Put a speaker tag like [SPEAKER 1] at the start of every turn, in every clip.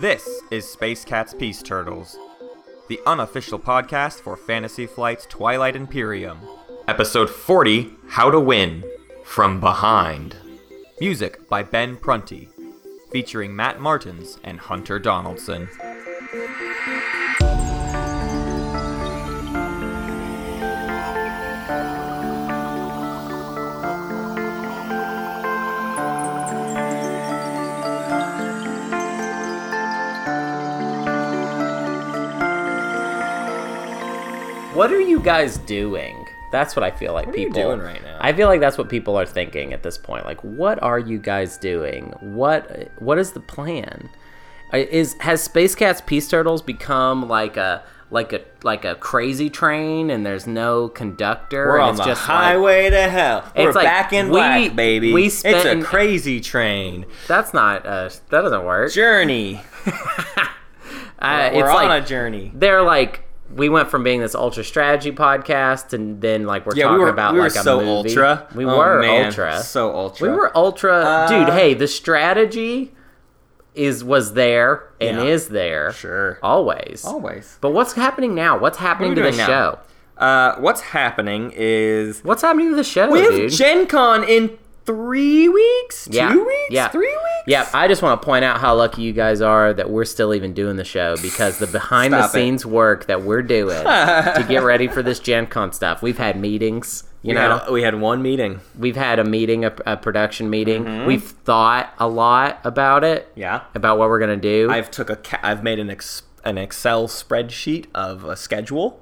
[SPEAKER 1] This is Space Cat's Peace Turtles, the unofficial podcast for Fantasy Flight's Twilight Imperium. Episode 40 How to Win From Behind. Music by Ben Prunty, featuring Matt Martins and Hunter Donaldson.
[SPEAKER 2] What are you guys doing? That's what I feel like
[SPEAKER 1] What are you
[SPEAKER 2] people
[SPEAKER 1] doing right now?
[SPEAKER 2] I feel like that's what people are thinking at this point. Like, what are you guys doing? What what is the plan? I- Is has Space Cat's Peace Turtles become like a like a like a crazy train and there's no conductor?
[SPEAKER 1] We're
[SPEAKER 2] and
[SPEAKER 1] on
[SPEAKER 2] it's
[SPEAKER 1] the
[SPEAKER 2] just like-
[SPEAKER 1] highway to hell. We're
[SPEAKER 2] It's like
[SPEAKER 1] back in
[SPEAKER 2] we-
[SPEAKER 1] black, baby.
[SPEAKER 2] we
[SPEAKER 1] it's a
[SPEAKER 2] spent-
[SPEAKER 1] crazy train
[SPEAKER 2] that's not uh, that doesn't work.
[SPEAKER 1] journey.
[SPEAKER 2] Uh,
[SPEAKER 1] We're
[SPEAKER 2] it's
[SPEAKER 1] on
[SPEAKER 2] like
[SPEAKER 1] a journey.
[SPEAKER 2] they're like we went from being this ultra strategy podcast and then like we're
[SPEAKER 1] Yeah,
[SPEAKER 2] talking
[SPEAKER 1] we were
[SPEAKER 2] about
[SPEAKER 1] we were
[SPEAKER 2] like
[SPEAKER 1] so
[SPEAKER 2] a movie.
[SPEAKER 1] ultra.
[SPEAKER 2] We
[SPEAKER 1] Oh,
[SPEAKER 2] were
[SPEAKER 1] man,
[SPEAKER 2] ultra.
[SPEAKER 1] So ultra.
[SPEAKER 2] We were ultra,
[SPEAKER 1] Uh,
[SPEAKER 2] dude. Hey, the strategy is was there and
[SPEAKER 1] Yeah.
[SPEAKER 2] is there
[SPEAKER 1] sure.
[SPEAKER 2] always.
[SPEAKER 1] Always.
[SPEAKER 2] But what's happening now? What's happening
[SPEAKER 1] What are
[SPEAKER 2] to
[SPEAKER 1] we
[SPEAKER 2] the
[SPEAKER 1] doing now?
[SPEAKER 2] show?
[SPEAKER 1] Uh, what's happening is
[SPEAKER 2] What's happening to the show,
[SPEAKER 1] we have
[SPEAKER 2] dude?
[SPEAKER 1] Gen Con in three weeks, two
[SPEAKER 2] Yeah,
[SPEAKER 1] weeks,
[SPEAKER 2] yeah.
[SPEAKER 1] three weeks.
[SPEAKER 2] yeah, I just want to point out how lucky you guys are that we're still even doing the show because the behind the
[SPEAKER 1] Stop it.
[SPEAKER 2] scenes work that we're doing to get ready for this Gen Con stuff. We've had meetings,
[SPEAKER 1] We
[SPEAKER 2] you know.
[SPEAKER 1] had, we had one meeting.
[SPEAKER 2] we've had a meeting, a, a production meeting. We've thought a lot about it.
[SPEAKER 1] Mm-hmm. Yeah.
[SPEAKER 2] About what we're gonna do.
[SPEAKER 1] I've took a ca- I've made an ex- an Excel spreadsheet of a schedule,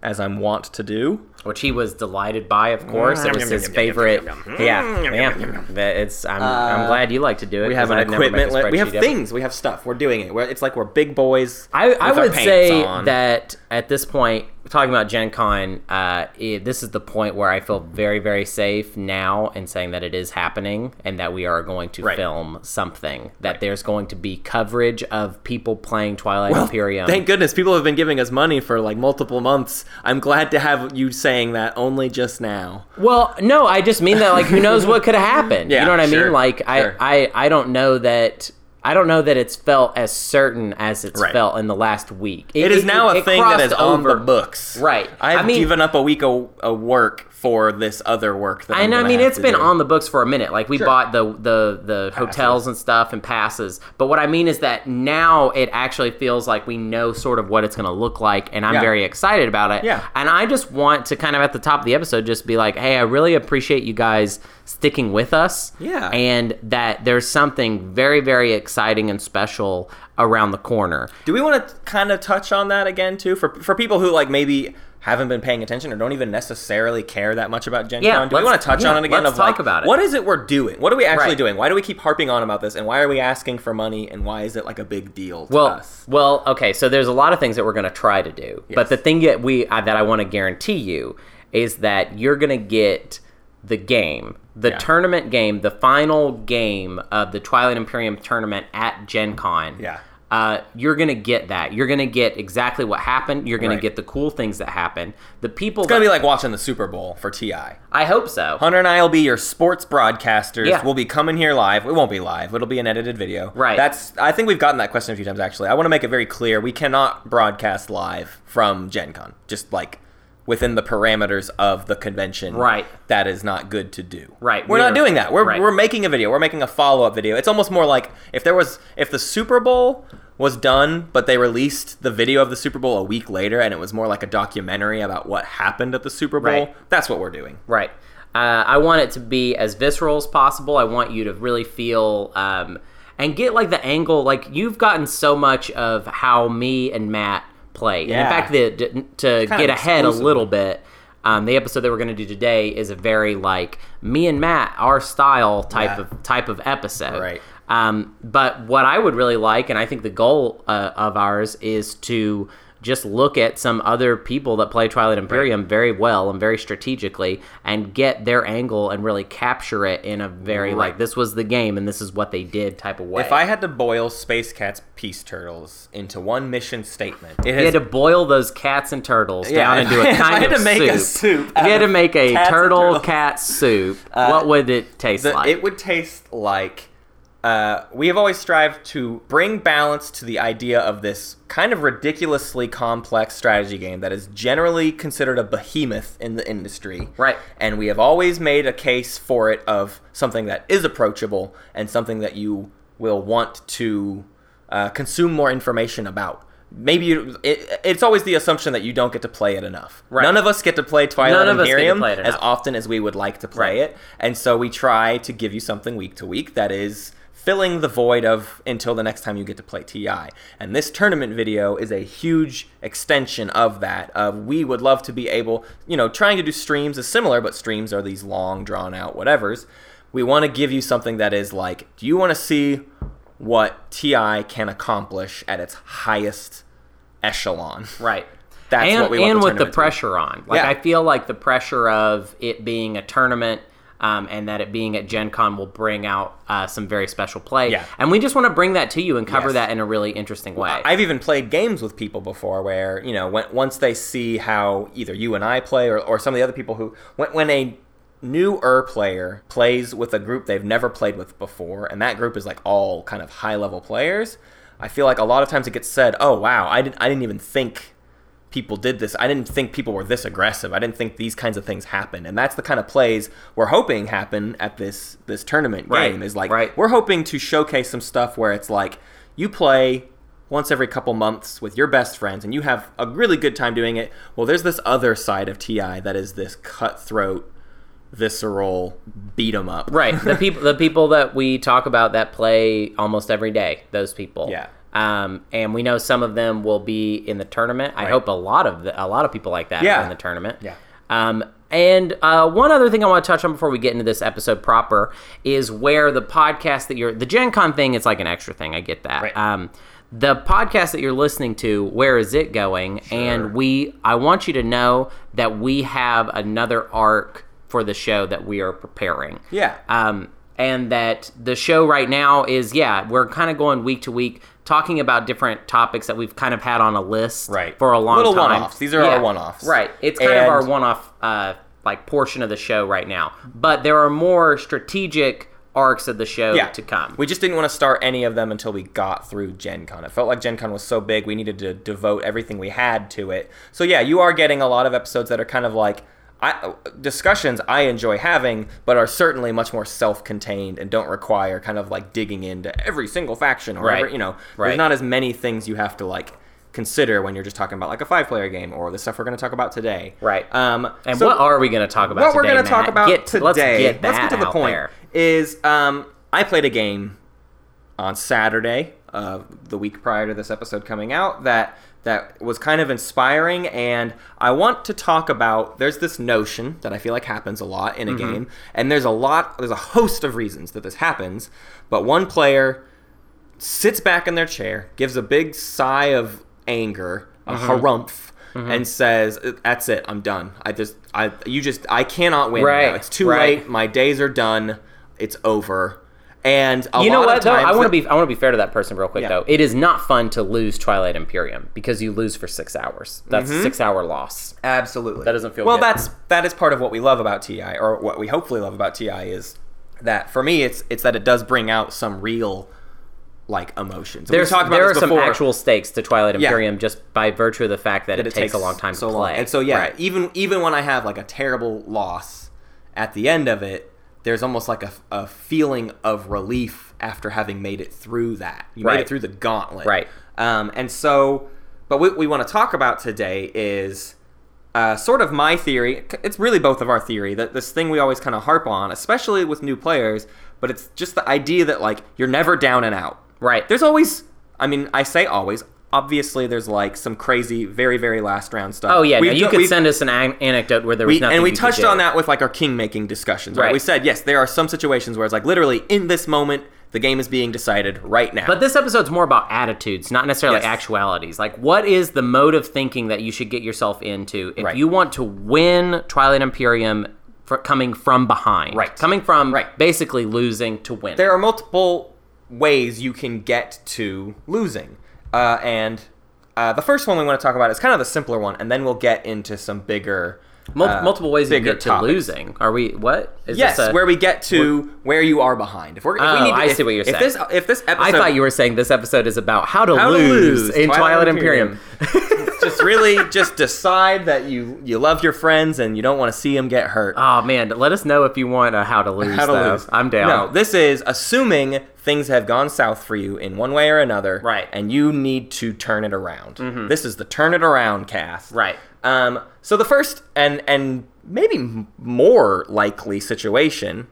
[SPEAKER 1] as I'm wont to do.
[SPEAKER 2] which he was delighted by, of course.
[SPEAKER 1] Mm,
[SPEAKER 2] It was his favorite. Yeah, yeah. That It's. I'm, I'm glad you like to do it.
[SPEAKER 1] Uh, We have an equipment. Li- we have things. We have stuff. We're doing it. We're, it's like we're big boys.
[SPEAKER 2] I, I
[SPEAKER 1] with our
[SPEAKER 2] would
[SPEAKER 1] pants
[SPEAKER 2] say
[SPEAKER 1] on.
[SPEAKER 2] that at this point, talking about Gen Con, uh, it, this is the point where I feel very, very safe now in saying that it is happening and that we are going to
[SPEAKER 1] Right.
[SPEAKER 2] film something. That there's going to be coverage of people playing Twilight Imperium.
[SPEAKER 1] Oh, Thank goodness people have been giving us money for like multiple months. I'm glad to have you saying that only just now.
[SPEAKER 2] Well, no, I just mean that like who knows what could have happened.
[SPEAKER 1] Yeah,
[SPEAKER 2] you know what I
[SPEAKER 1] sure,
[SPEAKER 2] mean? Like
[SPEAKER 1] sure.
[SPEAKER 2] I, I I don't know that I don't know that it's felt as certain as it's
[SPEAKER 1] Right.
[SPEAKER 2] felt in the last week.
[SPEAKER 1] It is now a
[SPEAKER 2] it
[SPEAKER 1] thing that
[SPEAKER 2] crossed
[SPEAKER 1] is on the
[SPEAKER 2] over.
[SPEAKER 1] books.
[SPEAKER 2] Right.
[SPEAKER 1] I've
[SPEAKER 2] I mean-
[SPEAKER 1] given up a week of, of work for this other work. That
[SPEAKER 2] And
[SPEAKER 1] i
[SPEAKER 2] I mean, it's been on the books for a minute. Like we bought the the the hotels and stuff and passes. But what I mean is that now it actually feels like we know sort of what it's going to look like, and I'm
[SPEAKER 1] Yeah.
[SPEAKER 2] very excited about it.
[SPEAKER 1] Yeah.
[SPEAKER 2] And I just want to kind of at the top of the episode just be like, hey, I really appreciate you guys sticking with us.
[SPEAKER 1] Yeah.
[SPEAKER 2] And that there's something very very exciting and special around the corner.
[SPEAKER 1] Do we want to kind of touch on that again too for for people who like maybe haven't been paying attention or don't even necessarily care that much about Gen
[SPEAKER 2] Yeah,
[SPEAKER 1] Con? Do we
[SPEAKER 2] let's-
[SPEAKER 1] want to touch
[SPEAKER 2] yeah,
[SPEAKER 1] on it again?
[SPEAKER 2] let's
[SPEAKER 1] of like,
[SPEAKER 2] talk about it.
[SPEAKER 1] What is it we're doing? What are we actually
[SPEAKER 2] Right.
[SPEAKER 1] doing? Why do we keep harping on about this? And why are we asking for money? And why is it like a big deal to
[SPEAKER 2] well,
[SPEAKER 1] us?
[SPEAKER 2] Well, okay, so there's a lot of things that we're going to try to do. But the thing that we uh, that I want to guarantee you is that you're going to get the game, the tournament game, the final game of the Twilight Imperium tournament at Gen Con.
[SPEAKER 1] Yeah.
[SPEAKER 2] Uh, you're gonna get that. You're gonna get exactly what happened. You're gonna
[SPEAKER 1] Right.
[SPEAKER 2] get the cool things that happened. The people.
[SPEAKER 1] It's gonna
[SPEAKER 2] that-
[SPEAKER 1] be like watching the Super Bowl for Ti.
[SPEAKER 2] I hope so.
[SPEAKER 1] Hunter and I will be your sports broadcasters.
[SPEAKER 2] Yeah.
[SPEAKER 1] We'll be coming here live. It won't be live. It'll be an edited video.
[SPEAKER 2] Right.
[SPEAKER 1] That's. I think we've gotten that question a few times actually. I want to make it very clear. We cannot broadcast live from Gen Con. Just like within the parameters of the convention.
[SPEAKER 2] Right.
[SPEAKER 1] That is not good to do.
[SPEAKER 2] Right.
[SPEAKER 1] We're,
[SPEAKER 2] We
[SPEAKER 1] not
[SPEAKER 2] are-
[SPEAKER 1] doing that. We're
[SPEAKER 2] right.
[SPEAKER 1] we're making a video. We're making a follow up video. It's almost more like if there was if the Super Bowl was done, but they released the video of the Super Bowl a week later, and it was more like a documentary about what happened at the Super Bowl.
[SPEAKER 2] Right.
[SPEAKER 1] That's what we're doing.
[SPEAKER 2] Right. Uh, I want it to be as visceral as possible. I want you to really feel um, and get like the angle. Like you've gotten so much of how me and Matt play. And
[SPEAKER 1] Yeah.
[SPEAKER 2] in fact, the, d- to
[SPEAKER 1] kinda
[SPEAKER 2] get ahead a
[SPEAKER 1] exclusive.
[SPEAKER 2] little bit, um, the episode that we're going to do today is a very like me and Matt, our style type
[SPEAKER 1] Yeah.
[SPEAKER 2] of type of episode.
[SPEAKER 1] Right.
[SPEAKER 2] Um, but what I would really like, and I think the goal uh, of ours is to just look at some other people that play Twilight Imperium very well and very strategically and get their angle and really capture it in a very like
[SPEAKER 1] Right.
[SPEAKER 2] this was the game and this is what they did type of way.
[SPEAKER 1] If I had to boil Space Cat's Peace Turtles into one mission statement, it
[SPEAKER 2] you
[SPEAKER 1] has
[SPEAKER 2] had to boil those cats and turtles
[SPEAKER 1] Yeah,
[SPEAKER 2] down into
[SPEAKER 1] if I
[SPEAKER 2] a kind
[SPEAKER 1] had
[SPEAKER 2] of
[SPEAKER 1] to make a
[SPEAKER 2] soup.
[SPEAKER 1] soup
[SPEAKER 2] If you had
[SPEAKER 1] out
[SPEAKER 2] to
[SPEAKER 1] of
[SPEAKER 2] make a
[SPEAKER 1] cats and
[SPEAKER 2] turtle
[SPEAKER 1] turtles. Uh,
[SPEAKER 2] cat soup. what would it taste
[SPEAKER 1] the-
[SPEAKER 2] like?
[SPEAKER 1] it would taste like. Uh, we have always strived to bring balance to the idea of this kind of ridiculously complex strategy game that is generally considered a behemoth in the industry.
[SPEAKER 2] Right.
[SPEAKER 1] And we have always made a case for it of something that is approachable and something that you will want to uh, consume more information about. Maybe you, it, it's always the assumption that you don't get to play it enough. Right. None of us get to play Twilight
[SPEAKER 2] None of us get to
[SPEAKER 1] Imperium
[SPEAKER 2] play it
[SPEAKER 1] as
[SPEAKER 2] enough.
[SPEAKER 1] often as we would like to play it. And so we try to give you something week to week that is filling the void of until the next time you get to play TI. And this tournament video is a huge extension of that. Of we would love to be able, you know, trying to do streams is similar, but streams are these long, drawn out whatevers. We want to give you something that is like, do you want to see what TI can accomplish at its highest echelon?
[SPEAKER 2] Right.
[SPEAKER 1] That's
[SPEAKER 2] and,
[SPEAKER 1] what we want
[SPEAKER 2] and
[SPEAKER 1] the tournament
[SPEAKER 2] with the
[SPEAKER 1] to be.
[SPEAKER 2] pressure on. Like
[SPEAKER 1] Yeah.
[SPEAKER 2] I feel like the pressure of it being a tournament um, and that it being at Gen Con will bring out uh, some very special play.
[SPEAKER 1] Yeah.
[SPEAKER 2] And we just want to bring that to you and cover
[SPEAKER 1] Yes.
[SPEAKER 2] that in a really interesting way.
[SPEAKER 1] I've even played games with people before where, you know, when, once they see how either you and I play or, or some of the other people who, when, when a newer player plays with a group they've never played with before, and that group is like all kind of high level players, I feel like a lot of times it gets said, oh, wow, I didn't, I didn't even think people did this. I didn't think people were this aggressive. I didn't think these kinds of things happened. And that's the kind of plays we're hoping happen at this this tournament
[SPEAKER 2] Right,
[SPEAKER 1] game is like
[SPEAKER 2] right.
[SPEAKER 1] we're hoping to showcase some stuff where it's like you play once every couple months with your best friends and you have a really good time doing it. Well, there's this other side of TI that is this cutthroat visceral beat 'em up.
[SPEAKER 2] right. The people the people that we talk about that play almost every day, those people.
[SPEAKER 1] Yeah.
[SPEAKER 2] Um, and we know some of them will be in the tournament. I hope a lot of the, a lot of people like that are
[SPEAKER 1] Yeah.
[SPEAKER 2] in the tournament.
[SPEAKER 1] Yeah.
[SPEAKER 2] Um, and uh, one other thing I want to touch on before we get into this episode proper is where the podcast that you're the Gen Con thing is like an extra thing. I get that.
[SPEAKER 1] Right.
[SPEAKER 2] Um, the podcast that you're listening to, where is it going? And we, I want you to know that we have another arc for the show that we are preparing.
[SPEAKER 1] Yeah.
[SPEAKER 2] Um, and that the show right now is, yeah, we're kind of going week to week talking about different topics that we've kind of had on a list
[SPEAKER 1] Right.
[SPEAKER 2] for a long
[SPEAKER 1] Little
[SPEAKER 2] time.
[SPEAKER 1] one-offs. These are our one-offs.
[SPEAKER 2] Right. It's kind of
[SPEAKER 1] And-
[SPEAKER 2] our one off uh, like portion of the show right now. But there are more strategic arcs of the show
[SPEAKER 1] yeah.
[SPEAKER 2] to come.
[SPEAKER 1] We just didn't want to start any of them until we got through Gen Con. It felt like Gen Con was so big, we needed to devote everything we had to it. So, yeah, you are getting a lot of episodes that are kind of like I, discussions I enjoy having, but are certainly much more self contained and don't require kind of like digging into every single faction or,
[SPEAKER 2] Right.
[SPEAKER 1] every, you know,
[SPEAKER 2] Right.
[SPEAKER 1] there's not as many things you have to like consider when you're just talking about like a five player game or the stuff we're going to talk about today.
[SPEAKER 2] Right.
[SPEAKER 1] Um,
[SPEAKER 2] and
[SPEAKER 1] so-
[SPEAKER 2] what are we going to talk about
[SPEAKER 1] what we're
[SPEAKER 2] today,
[SPEAKER 1] going to talk
[SPEAKER 2] Matt?
[SPEAKER 1] about
[SPEAKER 2] Get-
[SPEAKER 1] today,
[SPEAKER 2] Let's get that
[SPEAKER 1] to the
[SPEAKER 2] out
[SPEAKER 1] point,
[SPEAKER 2] there.
[SPEAKER 1] is um, I played a game uh, on Saturday, uh, the week prior to this episode coming out, that that was kind of inspiring, and I want to talk about. There's this notion that I feel like happens a lot in a
[SPEAKER 2] Mm-hmm.
[SPEAKER 1] game, and there's a lot, there's a host of reasons that this happens, but one player sits back in their chair, gives a big sigh of anger, a
[SPEAKER 2] Uh-huh.
[SPEAKER 1] harumph, and says, "Uh, "That's it. I'm done. I just, I, you just, I cannot win. now.
[SPEAKER 2] Right,
[SPEAKER 1] It's too
[SPEAKER 2] right.
[SPEAKER 1] late. My days are done. It's over." And a
[SPEAKER 2] You know
[SPEAKER 1] lot
[SPEAKER 2] what
[SPEAKER 1] of
[SPEAKER 2] though?
[SPEAKER 1] times
[SPEAKER 2] I want to
[SPEAKER 1] that-
[SPEAKER 2] be I want to be fair to that person real quick
[SPEAKER 1] Yeah.
[SPEAKER 2] though. It is not fun to lose Twilight Imperium because you lose for six hours. That's
[SPEAKER 1] Mm-hmm.
[SPEAKER 2] a six hour loss.
[SPEAKER 1] Absolutely.
[SPEAKER 2] That doesn't feel
[SPEAKER 1] well.
[SPEAKER 2] good.
[SPEAKER 1] That's that is part of what we love about Ti, or what we hopefully love about Ti is that for me, it's it's that it does bring out some real like emotions.
[SPEAKER 2] There's,
[SPEAKER 1] we talked about
[SPEAKER 2] there are
[SPEAKER 1] this
[SPEAKER 2] some
[SPEAKER 1] before.
[SPEAKER 2] actual stakes to Twilight
[SPEAKER 1] Yeah.
[SPEAKER 2] Imperium just by virtue of the fact that, it, takes, a long time
[SPEAKER 1] so
[SPEAKER 2] to play.
[SPEAKER 1] long. And so yeah,
[SPEAKER 2] Right.
[SPEAKER 1] even even when I have like a terrible loss at the end of it, there's almost like a, a feeling of relief after having made it through that. You made
[SPEAKER 2] Right.
[SPEAKER 1] it through the gauntlet.
[SPEAKER 2] Right.
[SPEAKER 1] Um, and so, but what we want to talk about today is uh, sort of my theory. It's really both of our theory that this thing we always kind of harp on, especially with new players. But it's just the idea that like you're never down and out.
[SPEAKER 2] Right.
[SPEAKER 1] There's always. I mean, I say always. Obviously, there's like some crazy, very, very last round stuff.
[SPEAKER 2] Oh yeah,
[SPEAKER 1] We've
[SPEAKER 2] no, you
[SPEAKER 1] go-
[SPEAKER 2] could
[SPEAKER 1] we've-
[SPEAKER 2] send us an an- anecdote where there was
[SPEAKER 1] we-
[SPEAKER 2] nothing.
[SPEAKER 1] and we
[SPEAKER 2] you could
[SPEAKER 1] touched
[SPEAKER 2] do.
[SPEAKER 1] on that with like our king making discussions, right?
[SPEAKER 2] Right.
[SPEAKER 1] We said yes, there are some situations where it's like literally in this moment The game is being decided right now.
[SPEAKER 2] But this episode's more about attitudes, not necessarily
[SPEAKER 1] Yes.
[SPEAKER 2] actualities. Like, what is the mode of thinking that you should get yourself into if
[SPEAKER 1] Right.
[SPEAKER 2] you want to win Twilight Imperium for coming from behind?
[SPEAKER 1] Right.
[SPEAKER 2] Coming from
[SPEAKER 1] Right.
[SPEAKER 2] basically losing to win.
[SPEAKER 1] there are multiple ways you can get to losing. Uh, and uh, the first one we want to talk about is kind of the simpler one, and then we'll get into some bigger.
[SPEAKER 2] Mul-
[SPEAKER 1] uh,
[SPEAKER 2] multiple ways you
[SPEAKER 1] bigger
[SPEAKER 2] get to
[SPEAKER 1] topics.
[SPEAKER 2] losing. Are we, what? Is
[SPEAKER 1] Yes,
[SPEAKER 2] this a-
[SPEAKER 1] where we get to where you are behind. If we're, if
[SPEAKER 2] Oh,
[SPEAKER 1] we need to,
[SPEAKER 2] I
[SPEAKER 1] if-
[SPEAKER 2] see what you're
[SPEAKER 1] if
[SPEAKER 2] saying.
[SPEAKER 1] This, if this episode,
[SPEAKER 2] I thought you were saying this episode is about how to,
[SPEAKER 1] How to
[SPEAKER 2] lose,
[SPEAKER 1] lose
[SPEAKER 2] in Twilight,
[SPEAKER 1] Twilight
[SPEAKER 2] Imperium.
[SPEAKER 1] just really just decide that you you love your friends and you don't want to see them get hurt.
[SPEAKER 2] oh man, let us know if you want a how to lose.
[SPEAKER 1] How to
[SPEAKER 2] though.
[SPEAKER 1] lose?
[SPEAKER 2] I'm down.
[SPEAKER 1] No, this is assuming things have gone south for you in one way or another,
[SPEAKER 2] Right. Mm-hmm.
[SPEAKER 1] And you need to turn it around. This is the turn it around cast,
[SPEAKER 2] Right.
[SPEAKER 1] Um, so the first and and maybe m- more likely situation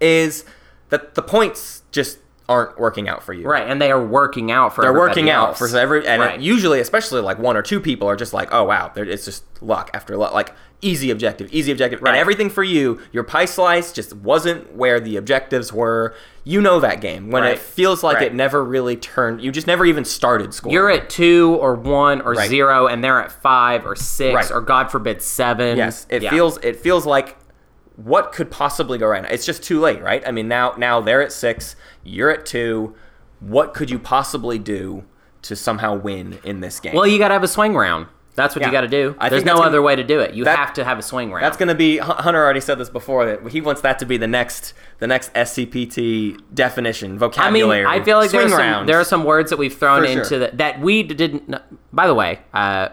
[SPEAKER 1] is that the points just aren't working out for you,
[SPEAKER 2] Right, and they are working out for
[SPEAKER 1] They're
[SPEAKER 2] everybody
[SPEAKER 1] working out
[SPEAKER 2] else.
[SPEAKER 1] for every, and
[SPEAKER 2] Right.
[SPEAKER 1] usually, especially like one or two people are just like, oh wow, they're- it's just luck after luck, like easy objective, easy objective,
[SPEAKER 2] Right.
[SPEAKER 1] and everything for you. Your pie slice just wasn't where the objectives were. You know that game when
[SPEAKER 2] Right.
[SPEAKER 1] it feels like
[SPEAKER 2] Right.
[SPEAKER 1] it never really turned. You just never even started scoring.
[SPEAKER 2] You're at two or one or
[SPEAKER 1] Right.
[SPEAKER 2] zero, and they're at five or six
[SPEAKER 1] Right.
[SPEAKER 2] or God forbid seven.
[SPEAKER 1] Yes, it
[SPEAKER 2] Yeah.
[SPEAKER 1] feels it feels like what could possibly go right now? It's just too late, right? I mean, now now they're at six, you're at two. What could you possibly do to somehow win in this game?
[SPEAKER 2] Well, you got to have a swing round. That's what
[SPEAKER 1] Yeah.
[SPEAKER 2] you got to do.
[SPEAKER 1] I
[SPEAKER 2] There's
[SPEAKER 1] think
[SPEAKER 2] no
[SPEAKER 1] that's
[SPEAKER 2] other
[SPEAKER 1] gonna-
[SPEAKER 2] way to do it. You
[SPEAKER 1] that-
[SPEAKER 2] have to have a swing round.
[SPEAKER 1] That's going to be Hun- Hunter already said this before that he wants that to be the next the next SCPT definition
[SPEAKER 2] I mean,
[SPEAKER 1] vocabulary.
[SPEAKER 2] I feel like
[SPEAKER 1] swing
[SPEAKER 2] there are, some,
[SPEAKER 1] rounds.
[SPEAKER 2] there are some words that we've thrown
[SPEAKER 1] For sure.
[SPEAKER 2] into the, that we d- didn't. kn- By the way, uh,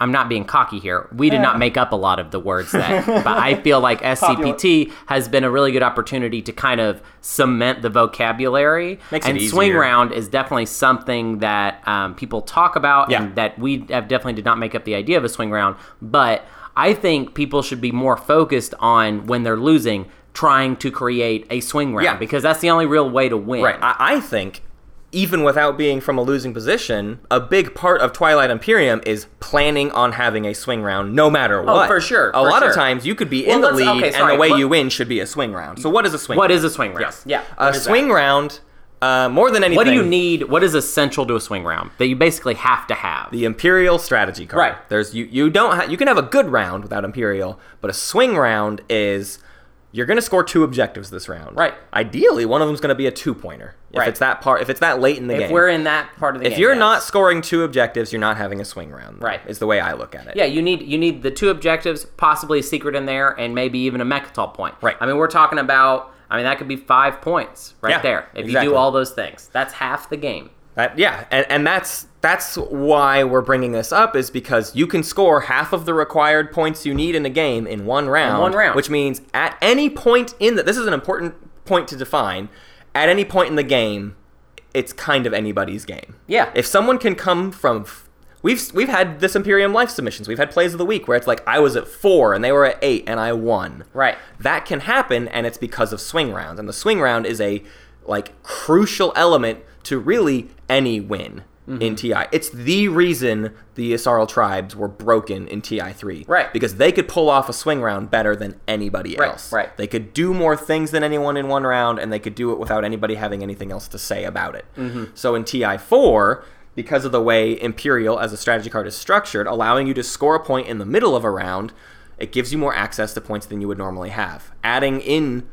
[SPEAKER 2] I'm not being cocky here. We did not make up a lot of the words that, but I feel like SCPT has been a really good opportunity to kind of cement the vocabulary.
[SPEAKER 1] Makes it
[SPEAKER 2] and swing
[SPEAKER 1] easier.
[SPEAKER 2] round is definitely something that um, people talk about,
[SPEAKER 1] Yeah.
[SPEAKER 2] and that we have definitely did not make up the idea of a swing round, but. I think people should be more focused on when they're losing, trying to create a swing round
[SPEAKER 1] Yeah.
[SPEAKER 2] because that's the only real way to win.
[SPEAKER 1] right. I, I think even without being from a losing position, a big part of Twilight Imperium is planning on having a swing round, no matter what.
[SPEAKER 2] Oh, for sure,
[SPEAKER 1] A
[SPEAKER 2] for
[SPEAKER 1] lot
[SPEAKER 2] sure.
[SPEAKER 1] of times you could be
[SPEAKER 2] Well,
[SPEAKER 1] in the
[SPEAKER 2] let's-
[SPEAKER 1] lead,
[SPEAKER 2] okay,
[SPEAKER 1] and
[SPEAKER 2] sorry,
[SPEAKER 1] the way
[SPEAKER 2] what-
[SPEAKER 1] you win should be a swing round. So what is a swing?
[SPEAKER 2] What
[SPEAKER 1] round?
[SPEAKER 2] is a swing round?
[SPEAKER 1] Yes.
[SPEAKER 2] Yeah.
[SPEAKER 1] A
[SPEAKER 2] what is
[SPEAKER 1] swing
[SPEAKER 2] that?
[SPEAKER 1] round, uh, more than anything.
[SPEAKER 2] What do you need? What is essential to a swing round that you basically have to have?
[SPEAKER 1] the imperial strategy card.
[SPEAKER 2] Right.
[SPEAKER 1] There's you you don't ha- you can have a good round without imperial, but a swing round is you're going to score two objectives this round.
[SPEAKER 2] Right.
[SPEAKER 1] Ideally, one of them's going to be a two pointer.
[SPEAKER 2] Right.
[SPEAKER 1] If it's that part, if it's that late in the
[SPEAKER 2] if
[SPEAKER 1] game.
[SPEAKER 2] we're in that part of the
[SPEAKER 1] if
[SPEAKER 2] game,
[SPEAKER 1] you're
[SPEAKER 2] yes.
[SPEAKER 1] not scoring two objectives, you're not having a swing round.
[SPEAKER 2] Right.
[SPEAKER 1] Is the way I look at it.
[SPEAKER 2] yeah, you need you need the two objectives, possibly a secret in there, and maybe even a mechatol point.
[SPEAKER 1] Right.
[SPEAKER 2] I mean, we're talking about. I mean, that could be five points right
[SPEAKER 1] Yeah,
[SPEAKER 2] there if you
[SPEAKER 1] exactly.
[SPEAKER 2] do all those things. That's half the game.
[SPEAKER 1] That, Uh, yeah, and, and that's that's why we're bringing this up is because you can score half of the required points you need in a game in one round.
[SPEAKER 2] one round.
[SPEAKER 1] which means at any point in the this is an important point to define. At any point in the game, it's kind of anybody's game.
[SPEAKER 2] Yeah.
[SPEAKER 1] if someone can come from. f- We've, we've had this Imperium Life submissions. We've had plays of the week where it's like I was at four and they were at eight and I won.
[SPEAKER 2] Right.
[SPEAKER 1] That can happen, and it's because of swing rounds. And the swing round is a like crucial element to really any win in TI. It's the reason the Isarl tribes were broken in TI three.
[SPEAKER 2] Right.
[SPEAKER 1] Because they could pull off a swing round better than anybody
[SPEAKER 2] Right,
[SPEAKER 1] else.
[SPEAKER 2] right.
[SPEAKER 1] They could do more things than anyone in one round, and they could do it without anybody having anything else to say about it.
[SPEAKER 2] Mm-hmm.
[SPEAKER 1] So in TI four. Because of the way Imperial as a strategy card is structured, allowing you to score a point in the middle of a round, it gives you more access to points than you would normally have. Adding in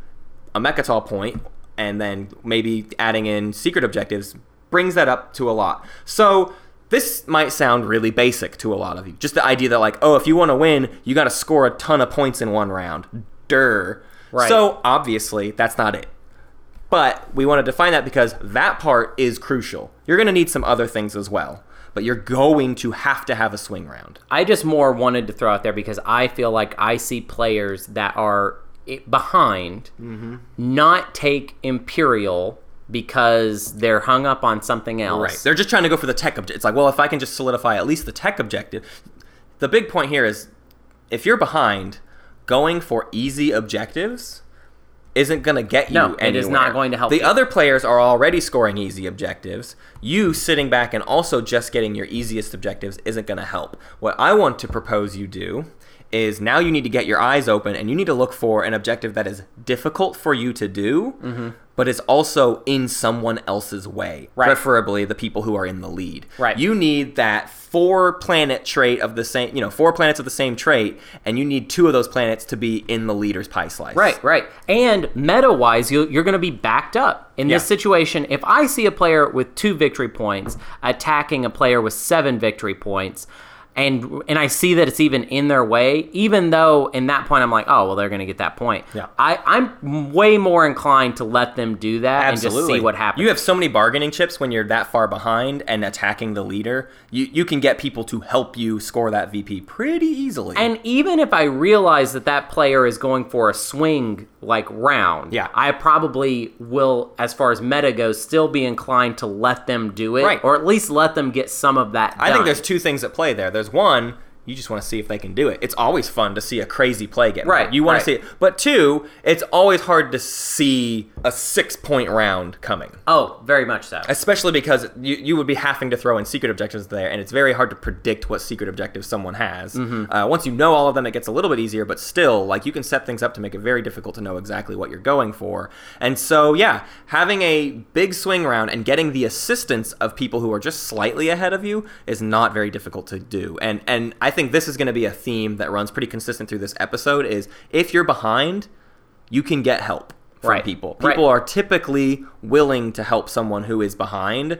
[SPEAKER 1] a Mechatol point and then maybe adding in secret objectives brings that up to a lot. So this might sound really basic to a lot of you. Just the idea that like, oh, if you want to win, you got to score a ton of points in one round. Durr.
[SPEAKER 2] Right.
[SPEAKER 1] So obviously that's not it. But we want to define that because that part is crucial. You're going to need some other things as well, but you're going to have to have a swing round.
[SPEAKER 2] I just more wanted to throw out there because I feel like I see players that are i- behind
[SPEAKER 1] Mm-hmm.
[SPEAKER 2] not take Imperial because they're hung up on something else.
[SPEAKER 1] Right. They're just trying to go for the tech objective. It's like, well, if I can just solidify at least the tech objective. The big point here is if you're behind, going for easy objectives isn't going to get you
[SPEAKER 2] No, it is
[SPEAKER 1] anywhere.
[SPEAKER 2] not going to help
[SPEAKER 1] The
[SPEAKER 2] you.
[SPEAKER 1] other players are already scoring easy objectives. You sitting back and also just getting your easiest objectives isn't going to help. What I want to propose you do is now you need to get your eyes open and you need to look for an objective that is difficult for you to do but is also in someone else's way,
[SPEAKER 2] Mm-hmm. Right.
[SPEAKER 1] preferably the people who are in the lead.
[SPEAKER 2] Right.
[SPEAKER 1] You need that four planet trait of the same, you know, four planets of the same trait, and you need two of those planets to be in the leader's pie slice.
[SPEAKER 2] Right, right. And meta wise, you, you're going to be backed up. In this
[SPEAKER 1] Yeah.
[SPEAKER 2] situation, if I see a player with two victory points attacking a player with seven victory points, and and I see that it's even in their way, even though in that point I'm like, oh well, they're going to get that point.
[SPEAKER 1] Yeah.
[SPEAKER 2] I I'm way more inclined to let them do that and just see what happens.
[SPEAKER 1] You have so many bargaining chips when you're that far behind and attacking the leader. You you can get people to help you score that VP pretty easily.
[SPEAKER 2] And even if I realize that that player is going for a swing like round,
[SPEAKER 1] Yeah.
[SPEAKER 2] I probably will, as far as meta goes, still be inclined to let them do it,
[SPEAKER 1] Right.
[SPEAKER 2] or at least let them get some of that.
[SPEAKER 1] I
[SPEAKER 2] done.
[SPEAKER 1] think there's two things at play there. There's one, you just want to see if they can do it. It's always fun to see a crazy play get made.
[SPEAKER 2] Right,
[SPEAKER 1] You want
[SPEAKER 2] right.
[SPEAKER 1] to see it. But two, it's always hard to see a six point round coming.
[SPEAKER 2] oh, very much so.
[SPEAKER 1] Especially because you, you would be having to throw in secret objectives there, and it's very hard to predict what secret objectives someone has.
[SPEAKER 2] Mm-hmm.
[SPEAKER 1] Uh, once you know all of them, it gets a little bit easier, but still, like you can set things up to make it very difficult to know exactly what you're going for. And so, yeah, having a big swing round and getting the assistance of people who are just slightly ahead of you is not very difficult to do. And and I think this is going to be a theme that runs pretty consistent through this episode: is if you're behind, you can get help from
[SPEAKER 2] Right.
[SPEAKER 1] people.
[SPEAKER 2] Right.
[SPEAKER 1] People are typically willing to help someone who is behind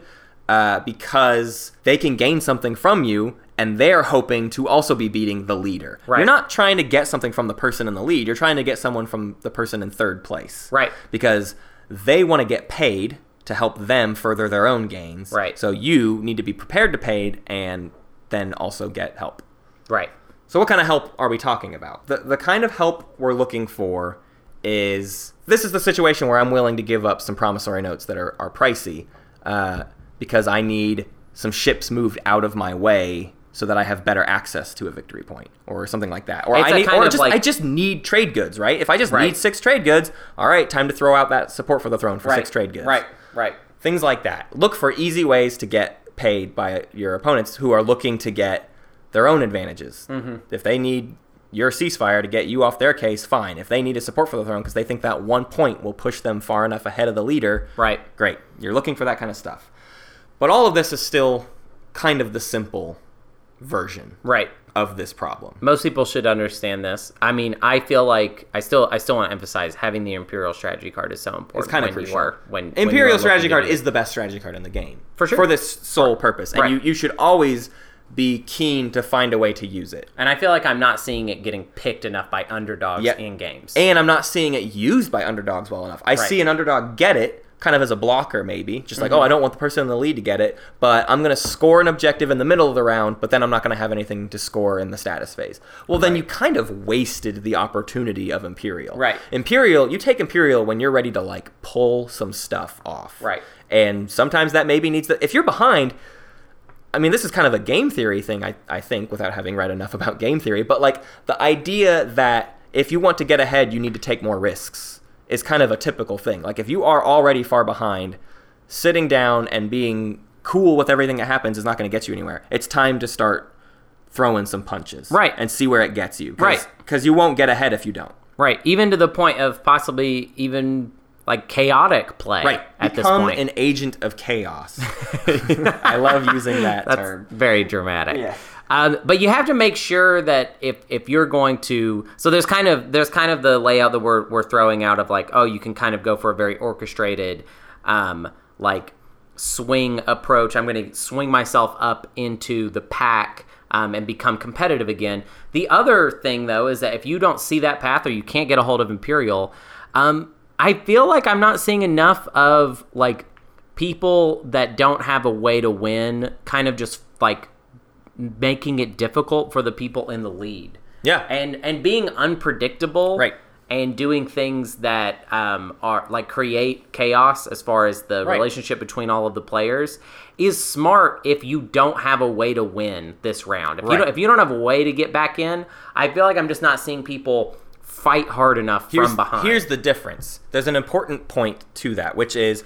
[SPEAKER 1] uh, because they can gain something from you and they're hoping to also be beating the leader.
[SPEAKER 2] Right.
[SPEAKER 1] You're not trying to get something from the person in the lead, you're trying to get someone from the person in third place.
[SPEAKER 2] Right.
[SPEAKER 1] Because they want to get paid to help them further their own gains.
[SPEAKER 2] Right.
[SPEAKER 1] So you need to be prepared to paid and then also get help.
[SPEAKER 2] right.
[SPEAKER 1] So, what kind of help are we talking about? The, the kind of help we're looking for is this is the situation where I'm willing to give up some promissory notes that are, are pricey uh, because I need some ships moved out of my way so that I have better access to a victory point or something like that. Or,
[SPEAKER 2] It's
[SPEAKER 1] I,
[SPEAKER 2] a
[SPEAKER 1] need,
[SPEAKER 2] kind
[SPEAKER 1] or
[SPEAKER 2] of
[SPEAKER 1] just,
[SPEAKER 2] like-
[SPEAKER 1] I just need trade goods, right? If I just
[SPEAKER 2] Right.
[SPEAKER 1] need six trade goods, all right, time to throw out that support for the throne for
[SPEAKER 2] Right.
[SPEAKER 1] six trade goods
[SPEAKER 2] Right. Right.
[SPEAKER 1] things like that. Look for easy ways to get paid by your opponents who are looking to get their own advantages. If they need your ceasefire to get you off their case, fine. If they need a support for the throne because they think that one point will push them far enough ahead of the leader,
[SPEAKER 2] Right.
[SPEAKER 1] great. You're looking for that kind of stuff. But all of this is still kind of the simple version
[SPEAKER 2] Right.
[SPEAKER 1] of this problem.
[SPEAKER 2] Most people should understand this. I mean, I feel like I still I still want to emphasize having the imperial strategy card is so important.
[SPEAKER 1] It's kind of
[SPEAKER 2] when
[SPEAKER 1] crucial.
[SPEAKER 2] you are when when you are
[SPEAKER 1] Imperial
[SPEAKER 2] looking
[SPEAKER 1] strategy
[SPEAKER 2] to
[SPEAKER 1] card
[SPEAKER 2] do-
[SPEAKER 1] is the best strategy card in the game
[SPEAKER 2] For sure.
[SPEAKER 1] for this sole purpose, and
[SPEAKER 2] Right.
[SPEAKER 1] you, you should always be keen to find a way to use it.
[SPEAKER 2] and I feel like I'm not seeing it getting picked enough by underdogs
[SPEAKER 1] Yeah.
[SPEAKER 2] in games.
[SPEAKER 1] And I'm not seeing it used by underdogs well enough. I see an underdog get it kind of as a blocker, maybe. Just
[SPEAKER 2] Mm-hmm.
[SPEAKER 1] like, oh, I don't want the person in the lead to get it, but I'm going to score an objective in the middle of the round, but then I'm not going to have anything to score in the status phase. Well, then you kind of wasted the opportunity of Imperial.
[SPEAKER 2] Right.
[SPEAKER 1] Imperial, you take Imperial when you're ready to like pull some stuff off.
[SPEAKER 2] Right.
[SPEAKER 1] And sometimes that maybe needs the. If you're behind, I mean, this is kind of a game theory thing, I, I think, without having read enough about game theory, but like the idea that if you want to get ahead, you need to take more risks is kind of a typical thing. Like, if you are already far behind, sitting down and being cool with everything that happens is not going to get you anywhere. It's time to start throwing some punches.
[SPEAKER 2] Right.
[SPEAKER 1] And see where it gets you.
[SPEAKER 2] Right.
[SPEAKER 1] Because you won't get ahead if you don't.
[SPEAKER 2] Right, even to the point of possibly even like chaotic play
[SPEAKER 1] Right.
[SPEAKER 2] at
[SPEAKER 1] Become
[SPEAKER 2] this point.
[SPEAKER 1] an agent of chaos. I love using that
[SPEAKER 2] That's
[SPEAKER 1] term.
[SPEAKER 2] very dramatic.
[SPEAKER 1] Yeah.
[SPEAKER 2] Um, but you have to make sure that if if you're going to so there's kind of there's kind of the layout that we're we're throwing out of like oh you can kind of go for a very orchestrated um, like swing approach. I'm going to swing myself up into the pack. Um, and become competitive again. The other thing, though, is that if you don't see that path or you can't get a hold of Imperial, um, I feel like I'm not seeing enough of like people that don't have a way to win kind of just like making it difficult for the people in the lead
[SPEAKER 1] Yeah.
[SPEAKER 2] and and being unpredictable
[SPEAKER 1] Right.
[SPEAKER 2] and doing things that um, are like create chaos as far as the
[SPEAKER 1] Right.
[SPEAKER 2] relationship between all of the players is smart if you don't have a way to win this round. If, you
[SPEAKER 1] Right.
[SPEAKER 2] don't, if you don't have a way to get back in, I feel like I'm just not seeing people fight hard enough from behind.
[SPEAKER 1] Here's the difference. There's an important point to that, which is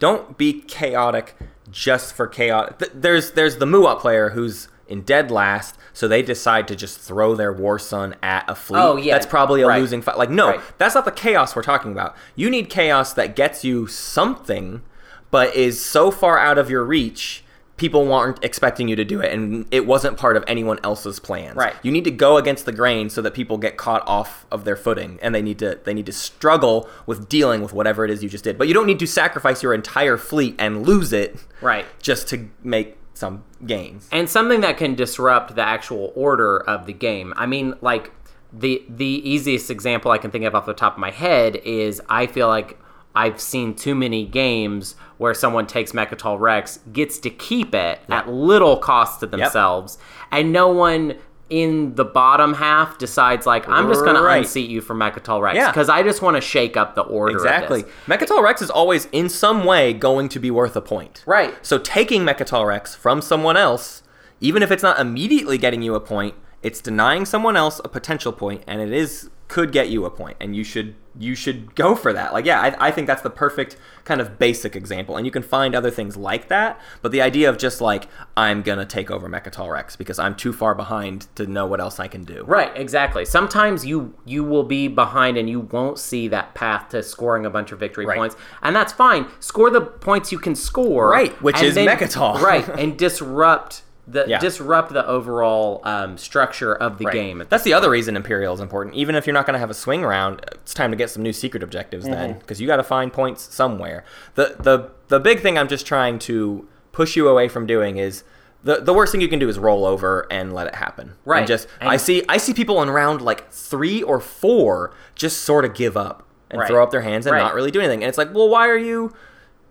[SPEAKER 1] don't be chaotic just for chaos. Th- there's there's the Muat player who's in dead last, so they decide to just throw their War Sun at a fleet.
[SPEAKER 2] Oh, yeah.
[SPEAKER 1] That's probably a
[SPEAKER 2] Right.
[SPEAKER 1] losing fight. Like, no,
[SPEAKER 2] Right.
[SPEAKER 1] that's not the chaos we're talking about. You need chaos that gets you something, but is so far out of your reach. People weren't expecting you to do it, and it wasn't part of anyone else's plans.
[SPEAKER 2] Right.
[SPEAKER 1] You need to go against the grain so that people get caught off of their footing, and they need to they need to struggle with dealing with whatever it is you just did. But you don't need to sacrifice your entire fleet and lose it
[SPEAKER 2] Right.
[SPEAKER 1] just to make some gains.
[SPEAKER 2] and something that can disrupt the actual order of the game. I mean, like the the easiest example I can think of off the top of my head is I feel like I've seen too many games where someone takes Mechatol Rex, gets to keep it at little cost to themselves, and no one in the bottom half decides like I'm just going
[SPEAKER 1] Right.
[SPEAKER 2] to unseat you from Mechatol Rex
[SPEAKER 1] Yeah.
[SPEAKER 2] because I just want to shake up the order. of this.
[SPEAKER 1] Exactly. Mechatol Rex is always in some way going to be worth a point.
[SPEAKER 2] Right.
[SPEAKER 1] So taking Mechatol Rex from someone else, even if it's not immediately getting you a point, it's denying someone else a potential point, and it is could get you a point, and you should you should go for that. Like, yeah, I, I think that's the perfect kind of basic example, and you can find other things like that. But the idea of just like I'm gonna take over Mechatol Rex because I'm too far behind to know what else I can do.
[SPEAKER 2] Right, exactly. Sometimes you you will be behind and you won't see that path to scoring a bunch of victory
[SPEAKER 1] Right.
[SPEAKER 2] points, and that's fine. Score the points you can score,
[SPEAKER 1] Right, which
[SPEAKER 2] and
[SPEAKER 1] is Mechatol.
[SPEAKER 2] right? And disrupt the
[SPEAKER 1] Yeah.
[SPEAKER 2] disrupt the overall um, structure of the game.
[SPEAKER 1] Right. That's the other reason Imperial is important. Even if you're not going to have a swing round, it's time to get some new secret objectives then,
[SPEAKER 2] Mm-hmm.
[SPEAKER 1] because you got to find points somewhere. The the the big thing I'm just trying to push you away from doing is. The, the worst thing you can do is roll over and let it happen.
[SPEAKER 2] Right.
[SPEAKER 1] And just I
[SPEAKER 2] And-
[SPEAKER 1] see I see people in round like three or four just sort of give up and
[SPEAKER 2] Right.
[SPEAKER 1] throw up their hands and
[SPEAKER 2] Right.
[SPEAKER 1] not really do anything. And it's like, well, why are you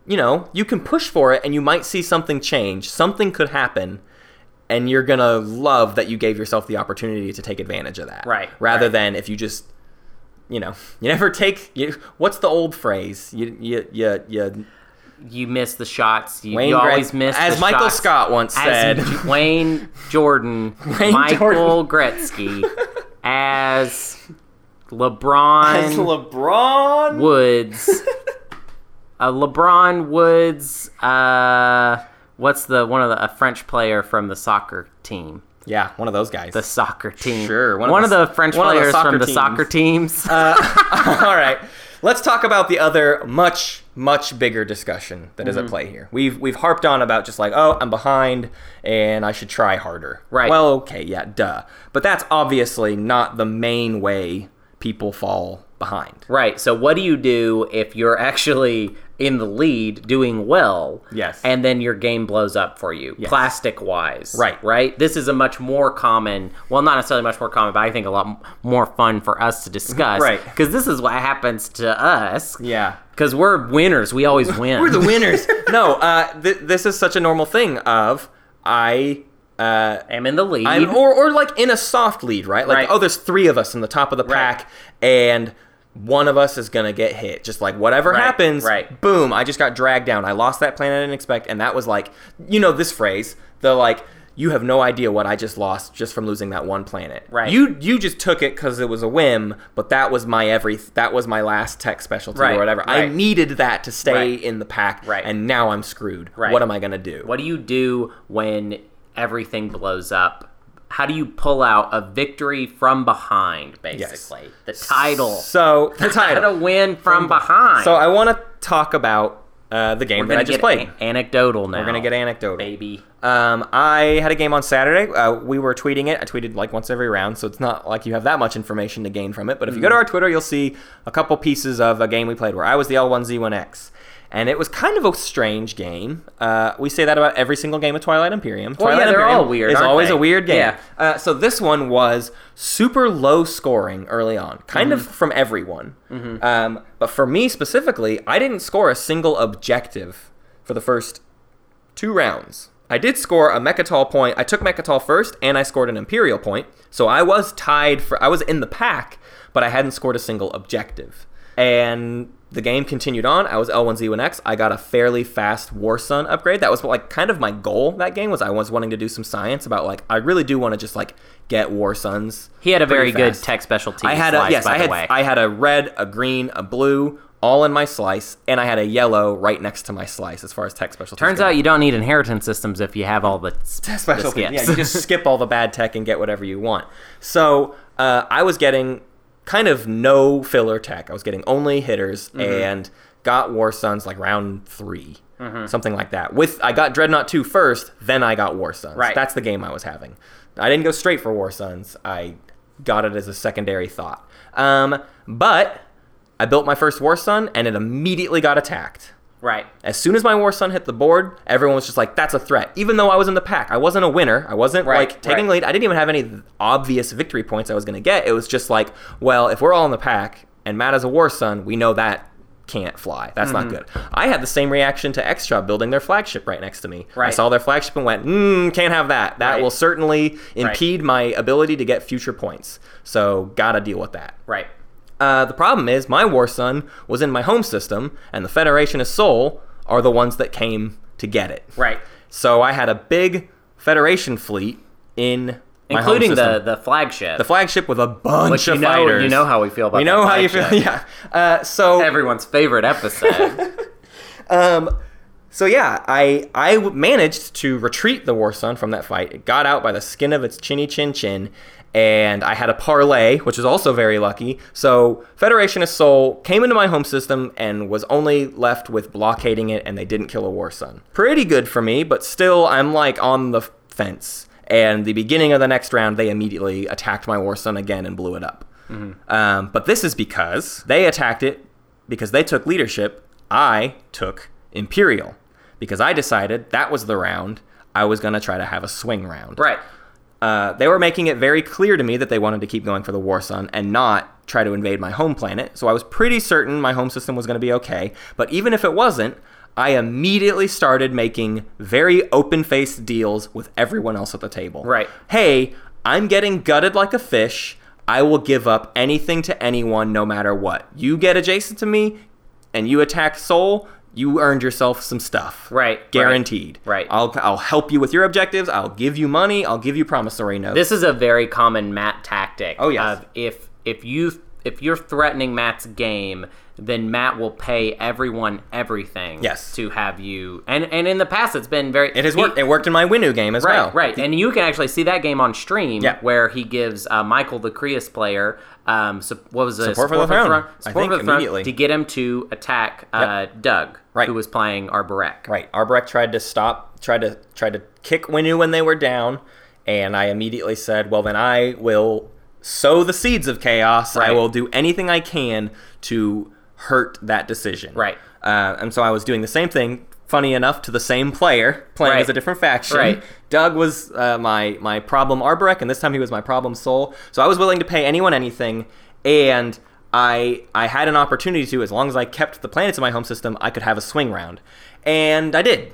[SPEAKER 1] you know, you can push for it and you might see something change. Something could happen and you're going to love that you gave yourself the opportunity to take advantage of that.
[SPEAKER 2] Right,
[SPEAKER 1] Rather
[SPEAKER 2] right.
[SPEAKER 1] than if you just you know, you never take you, what's the old phrase? You you you, you
[SPEAKER 2] you miss the shots. You,
[SPEAKER 1] Wayne
[SPEAKER 2] you
[SPEAKER 1] Gretzky-
[SPEAKER 2] always miss
[SPEAKER 1] as
[SPEAKER 2] the
[SPEAKER 1] Michael
[SPEAKER 2] shots.
[SPEAKER 1] Scott once
[SPEAKER 2] As
[SPEAKER 1] said.
[SPEAKER 2] J- Wayne Jordan,
[SPEAKER 1] Wayne
[SPEAKER 2] Michael Gretzky, as LeBron,
[SPEAKER 1] As LeBron
[SPEAKER 2] Woods, uh, LeBron Woods. Uh, what's the one of the a French player from the soccer team?
[SPEAKER 1] Yeah, one of those guys.
[SPEAKER 2] The soccer team.
[SPEAKER 1] Sure,
[SPEAKER 2] One, of the, French
[SPEAKER 1] one of the
[SPEAKER 2] players
[SPEAKER 1] soccer
[SPEAKER 2] from the
[SPEAKER 1] teams. Uh,
[SPEAKER 2] soccer teams.
[SPEAKER 1] All right. Let's talk about the other much much bigger discussion that is at play here. We've we've harped on about just like, oh, I'm behind and I should try harder.
[SPEAKER 2] Right.
[SPEAKER 1] Well, okay, yeah, duh. But that's obviously not the main way people fall behind.
[SPEAKER 2] right. So what do you do if you're actually in the lead, doing well?
[SPEAKER 1] Yes.
[SPEAKER 2] And then your game blows up for you, plastic wise.
[SPEAKER 1] Right.
[SPEAKER 2] Right. This is a much more common. Well, not necessarily much more common, but I think a lot m- more fun for us to discuss.
[SPEAKER 1] Right.
[SPEAKER 2] Because this is what happens to us.
[SPEAKER 1] Yeah.
[SPEAKER 2] Because we're winners. We always win.
[SPEAKER 1] We're the winners. no, uh, th- this is such a normal thing of I uh,
[SPEAKER 2] I'm in the lead.
[SPEAKER 1] I'm, or or like in a soft lead, right? Like
[SPEAKER 2] Right.
[SPEAKER 1] oh, there's three of us in the top of the pack, and one of us is gonna get hit. Just like whatever
[SPEAKER 2] Right,
[SPEAKER 1] happens,
[SPEAKER 2] right.
[SPEAKER 1] Boom! I just got dragged down. I lost that plan I didn't expect, and that was like, you know, this phrase, the like. You have no idea what I just lost just from losing that one planet.
[SPEAKER 2] Right.
[SPEAKER 1] You you just took it because it was a whim, but that was my every that was my last tech specialty
[SPEAKER 2] Right,
[SPEAKER 1] or whatever. I
[SPEAKER 2] right.
[SPEAKER 1] needed that to stay
[SPEAKER 2] Right.
[SPEAKER 1] in the pack,
[SPEAKER 2] Right.
[SPEAKER 1] and now I'm screwed.
[SPEAKER 2] Right.
[SPEAKER 1] What am I gonna do?
[SPEAKER 2] What do you do when everything blows up? How do you pull out a victory from behind, basically? The title.
[SPEAKER 1] So the
[SPEAKER 2] How
[SPEAKER 1] title.
[SPEAKER 2] to win from behind.
[SPEAKER 1] So I want to talk about uh, the game
[SPEAKER 2] We're
[SPEAKER 1] that
[SPEAKER 2] gonna
[SPEAKER 1] I just
[SPEAKER 2] get
[SPEAKER 1] played.
[SPEAKER 2] a- anecdotal now.
[SPEAKER 1] We're gonna get anecdotal.
[SPEAKER 2] baby.
[SPEAKER 1] Um, I had a game on Saturday. Uh, we were tweeting it. I tweeted like once every round, so it's not like you have that much information to gain from it. But if you
[SPEAKER 2] Mm.
[SPEAKER 1] go to our Twitter, you'll see a couple pieces of a game we played where I was the L1Z1X. And it was kind of a strange game. Uh, we say that about every single game of Twilight Imperium. Twilight
[SPEAKER 2] yeah, they're
[SPEAKER 1] Imperium
[SPEAKER 2] all weird,
[SPEAKER 1] is
[SPEAKER 2] aren't
[SPEAKER 1] always
[SPEAKER 2] they?
[SPEAKER 1] a weird game.
[SPEAKER 2] Yeah.
[SPEAKER 1] Uh, so this one was super low scoring early on, kind
[SPEAKER 2] Mm-hmm.
[SPEAKER 1] of from everyone. Um, but for me specifically, I didn't score a single objective for the first two rounds. I did score a Mechatol point. I took Mechatol first, and I scored an Imperial point. So I was tied for. I was in the pack, but I hadn't scored a single objective. And the game continued on. I was L1Z1X. I got a fairly fast War Sun upgrade. That was like kind of my goal. That game was I was wanting to do some science about like I really do want to just like get War Suns.
[SPEAKER 2] He had a very
[SPEAKER 1] pretty
[SPEAKER 2] good
[SPEAKER 1] fast.
[SPEAKER 2] tech specialty.
[SPEAKER 1] I had a
[SPEAKER 2] slice,
[SPEAKER 1] yes.
[SPEAKER 2] by
[SPEAKER 1] I
[SPEAKER 2] the
[SPEAKER 1] had
[SPEAKER 2] way.
[SPEAKER 1] I had a red, a green, a blue, all in my slice, and I had a yellow right next to my slice as far as tech specialties.
[SPEAKER 2] Turns
[SPEAKER 1] go.
[SPEAKER 2] out you don't need inheritance systems if you have all the, s- the
[SPEAKER 1] specialty.
[SPEAKER 2] skips.
[SPEAKER 1] Yeah, you just skip all the bad tech and get whatever you want. So uh, I was getting kind of no filler tech. I was getting only hitters
[SPEAKER 2] Mm-hmm.
[SPEAKER 1] and got War Suns like round 3
[SPEAKER 2] Mm-hmm.
[SPEAKER 1] something like that. With I got Dreadnought 2 first, then I got War Suns.
[SPEAKER 2] Right.
[SPEAKER 1] That's the game I was having. I didn't go straight for War Suns. I got it as a secondary thought. Um, but I built my first War Sun and it immediately got attacked.
[SPEAKER 2] right.
[SPEAKER 1] As soon as my War Sun hit the board, everyone was just like, that's a threat. Even though I was in the pack, I wasn't a winner. I wasn't
[SPEAKER 2] Right,
[SPEAKER 1] like taking
[SPEAKER 2] right.
[SPEAKER 1] lead. I didn't even have any obvious victory points I was going to get. It was just like, well, if we're all in the pack and Matt has a War Sun, we know that can't fly. That's
[SPEAKER 2] Mm-hmm.
[SPEAKER 1] not good. I had the same reaction to Xtra building their flagship right next to me. I
[SPEAKER 2] Right.
[SPEAKER 1] saw their flagship and went, mm, can't have that. That
[SPEAKER 2] Right.
[SPEAKER 1] will certainly impede my ability to get future points. So, gotta deal with that.
[SPEAKER 2] Right.
[SPEAKER 1] Uh, the problem is, my War Sun was in my home system, and the Federation of Soul are the ones that came to get it.
[SPEAKER 2] Right.
[SPEAKER 1] So I had a big Federation fleet in my home
[SPEAKER 2] Including the,
[SPEAKER 1] system.
[SPEAKER 2] the flagship.
[SPEAKER 1] the flagship with a bunch
[SPEAKER 2] which you
[SPEAKER 1] of
[SPEAKER 2] know,
[SPEAKER 1] fighters.
[SPEAKER 2] you know how we feel about
[SPEAKER 1] we
[SPEAKER 2] that
[SPEAKER 1] know how you feel.
[SPEAKER 2] flagship.
[SPEAKER 1] Yeah. Uh, so
[SPEAKER 2] Everyone's favorite episode.
[SPEAKER 1] Um, so yeah, I I w- managed to retreat the War Sun from that fight. It got out by the skin of its chinny chin chin, and I had a parlay, which was also very lucky. So Federation of Soul came into my home system and was only left with blockading it, and they didn't kill a War Sun. Pretty good for me, but still I'm like on the f- fence. And the beginning of the next round, they immediately attacked my War Sun again and blew it up. Um, but this is because they attacked it because they took leadership. I took Imperial because I decided that was the round I was going to try to have a swing round.
[SPEAKER 2] right.
[SPEAKER 1] Uh, they were making it very clear to me that they wanted to keep going for the War Sun and not try to invade my home planet. So I was pretty certain my home system was going to be okay. But even if it wasn't, I immediately started making very open faced deals with everyone else at the table.
[SPEAKER 2] Right.
[SPEAKER 1] Hey, I'm getting gutted like a fish. I will give up anything to anyone no matter what. You get adjacent to me and you attack Soul, you earned yourself some stuff.
[SPEAKER 2] Right, right.
[SPEAKER 1] Guaranteed.
[SPEAKER 2] Right.
[SPEAKER 1] I'll, I'll help you with your objectives. I'll give you money. I'll give you promissory notes.
[SPEAKER 2] This is a very common Matt tactic.
[SPEAKER 1] Oh, yes.
[SPEAKER 2] Of if if you if you're threatening Matt's game, then Matt will pay everyone everything.
[SPEAKER 1] Yes.
[SPEAKER 2] To have you and and in the past it's been very
[SPEAKER 1] it has
[SPEAKER 2] he-
[SPEAKER 1] worked. It worked in my Winu game as
[SPEAKER 2] Right,
[SPEAKER 1] well.
[SPEAKER 2] right, and you can actually see that game on stream
[SPEAKER 1] Yeah.
[SPEAKER 2] where he gives uh, Michael the Creus player, um, su- what was it?
[SPEAKER 1] Support for the Throne, I
[SPEAKER 2] support
[SPEAKER 1] think,
[SPEAKER 2] for the throne
[SPEAKER 1] immediately.
[SPEAKER 2] to get him to attack uh, Doug,
[SPEAKER 1] Right.
[SPEAKER 2] who was playing Arborek.
[SPEAKER 1] Right. Arbrecht tried to stop. Tried to tried to kick Winu when they were down, and I immediately said, "Well, then I will sow the seeds of chaos. I
[SPEAKER 2] Right.
[SPEAKER 1] will do anything I can to hurt that decision."
[SPEAKER 2] Right.
[SPEAKER 1] Uh, and so I was doing the same thing. Funny enough, to the same player playing
[SPEAKER 2] Right.
[SPEAKER 1] as a different faction.
[SPEAKER 2] Right.
[SPEAKER 1] Doug was uh, my my problem Arborek, and this time he was my problem Soul. So I was willing to pay anyone anything, and I I had an opportunity to, as long as I kept the planets in my home system, I could have a swing round, and I did.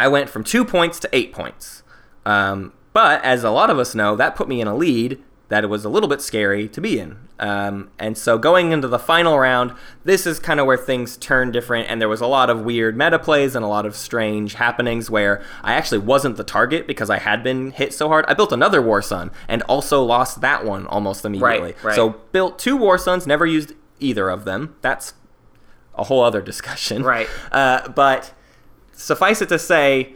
[SPEAKER 1] I went from two points to eight points. Um, but as a lot of us know, that put me in a lead that it was a little bit scary to be in. Um, and so going into the final round, this is kind of where things turn different, and there was a lot of weird meta plays and a lot of strange happenings where I actually wasn't the target because I had been hit so hard. I built another War Sun and also lost that one almost immediately.
[SPEAKER 2] right.
[SPEAKER 1] So built two War Suns, never used either of them. That's a whole other discussion.
[SPEAKER 2] Right.
[SPEAKER 1] Uh, but suffice it to say,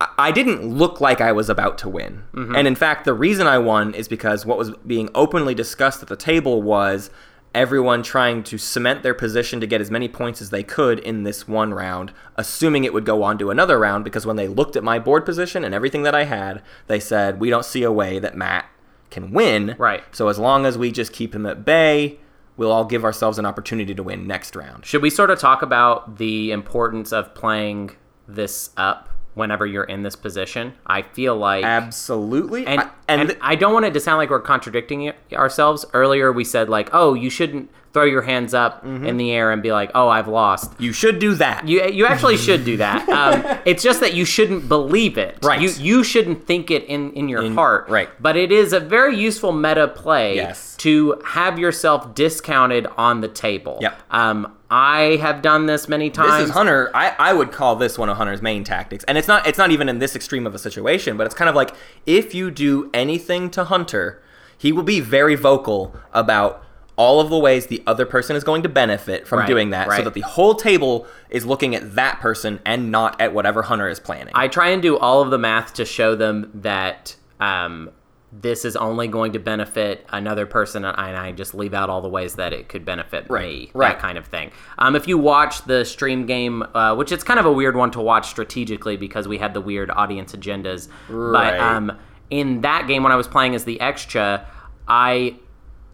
[SPEAKER 1] I- I didn't look like I was about to win.
[SPEAKER 2] Mm-hmm.
[SPEAKER 1] And in fact, the reason I won is because what was being openly discussed at the table was everyone trying to cement their position to get as many points as they could in this one round, assuming it would go on to another round. Because when they looked at my board position and everything that I had, they said, We don't see a way that Matt can win.
[SPEAKER 2] Right.
[SPEAKER 1] So as long as we just keep him at bay, we'll all give ourselves an opportunity to win next round.
[SPEAKER 2] Should we sort of talk about the importance of playing this up whenever you're in this position? I feel like.
[SPEAKER 1] Absolutely.
[SPEAKER 2] and,
[SPEAKER 1] I-
[SPEAKER 2] and,
[SPEAKER 1] th-
[SPEAKER 2] I don't want it to sound like we're contradicting it- ourselves. Earlier, we said, like, oh, you shouldn't throw your hands up in the air and be like, oh, I've lost.
[SPEAKER 1] you should do that.
[SPEAKER 2] You, you actually should do that. Um, it's just that you shouldn't believe it.
[SPEAKER 1] Right.
[SPEAKER 2] You you shouldn't think it in, in your heart.
[SPEAKER 1] right.
[SPEAKER 2] But it is a very useful meta play
[SPEAKER 1] Yes.
[SPEAKER 2] to have yourself discounted on the table.
[SPEAKER 1] Yep.
[SPEAKER 2] Um, I have done this many times.
[SPEAKER 1] This is Hunter. I, I would call this one of Hunter's main tactics, and it's not it's not even in this extreme of a situation, but it's kind of like if you do anything to Hunter, he will be very vocal about all of the ways the other person is going to benefit from
[SPEAKER 2] Right,
[SPEAKER 1] doing that so
[SPEAKER 2] right.
[SPEAKER 1] that the whole table is looking at that person and not at whatever Hunter is planning.
[SPEAKER 2] I try and do all of the math to show them that um, this is only going to benefit another person, and I, and I just leave out all the ways that it could benefit me,
[SPEAKER 1] right.
[SPEAKER 2] that kind of thing. Um, if you watch the stream game, uh, which it's kind of a weird one to watch strategically because we had the weird audience agendas,
[SPEAKER 1] Right.
[SPEAKER 2] but um, in that game when I was playing as the extra, I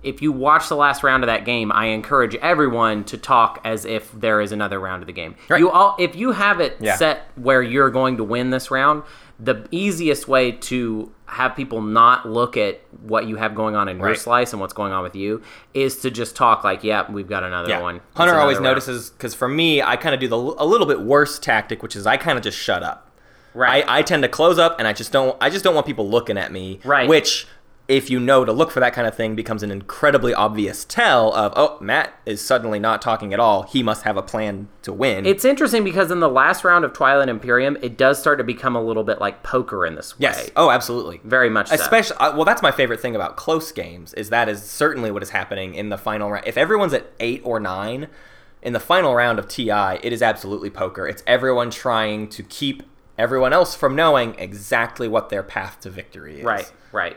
[SPEAKER 2] if you watch the last round of that game, I encourage everyone to talk as if there is another round of the game. You all, if you have it
[SPEAKER 1] Yeah.
[SPEAKER 2] set where you're going to win this round, the easiest way to have people not look at what you have going on in your
[SPEAKER 1] Right.
[SPEAKER 2] slice and what's going on with you is to just talk like, "Yep, we've got another
[SPEAKER 1] Yeah.
[SPEAKER 2] one." It's
[SPEAKER 1] Hunter always
[SPEAKER 2] another round."
[SPEAKER 1] notices because for me, I kind of do the l- a little bit worse tactic, which is I kind of just shut up.
[SPEAKER 2] Right.
[SPEAKER 1] I, I tend to close up, and I just don't. I just don't want people looking at me.
[SPEAKER 2] Right.
[SPEAKER 1] Which, if you know to look for that kind of thing, becomes an incredibly obvious tell of oh, Matt is suddenly not talking at all. He must have a plan to win.
[SPEAKER 2] It's interesting because in the last round of Twilight Imperium, it does start to become a little bit like poker in this way.
[SPEAKER 1] yes. Oh, absolutely.
[SPEAKER 2] very much. so.
[SPEAKER 1] Especially uh, well, that's my favorite thing about close games is that is certainly what is happening in the final round. If everyone's at eight or nine in the final round of TI, it is absolutely poker. It's everyone trying to keep everyone else from knowing exactly what their path to victory is.
[SPEAKER 2] Right. Right.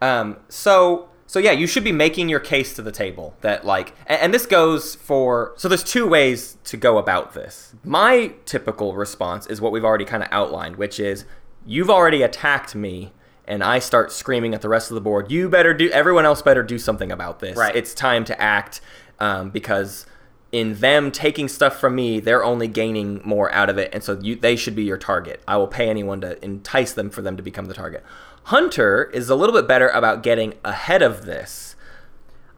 [SPEAKER 1] Um, so so yeah, you should be making your case to the table that like, and, and this goes for so there's two ways to go about this. My typical response is what we've already kind of outlined, which is you've already attacked me. And I start screaming at the rest of the board. You better do. Everyone else better do something about this.
[SPEAKER 2] Right.
[SPEAKER 1] It's time to act, um, because in them taking stuff from me, they're only gaining more out of it, and so you, they should be your target. I will pay anyone to entice them for them to become the target. Hunter is a little bit better about getting ahead of this.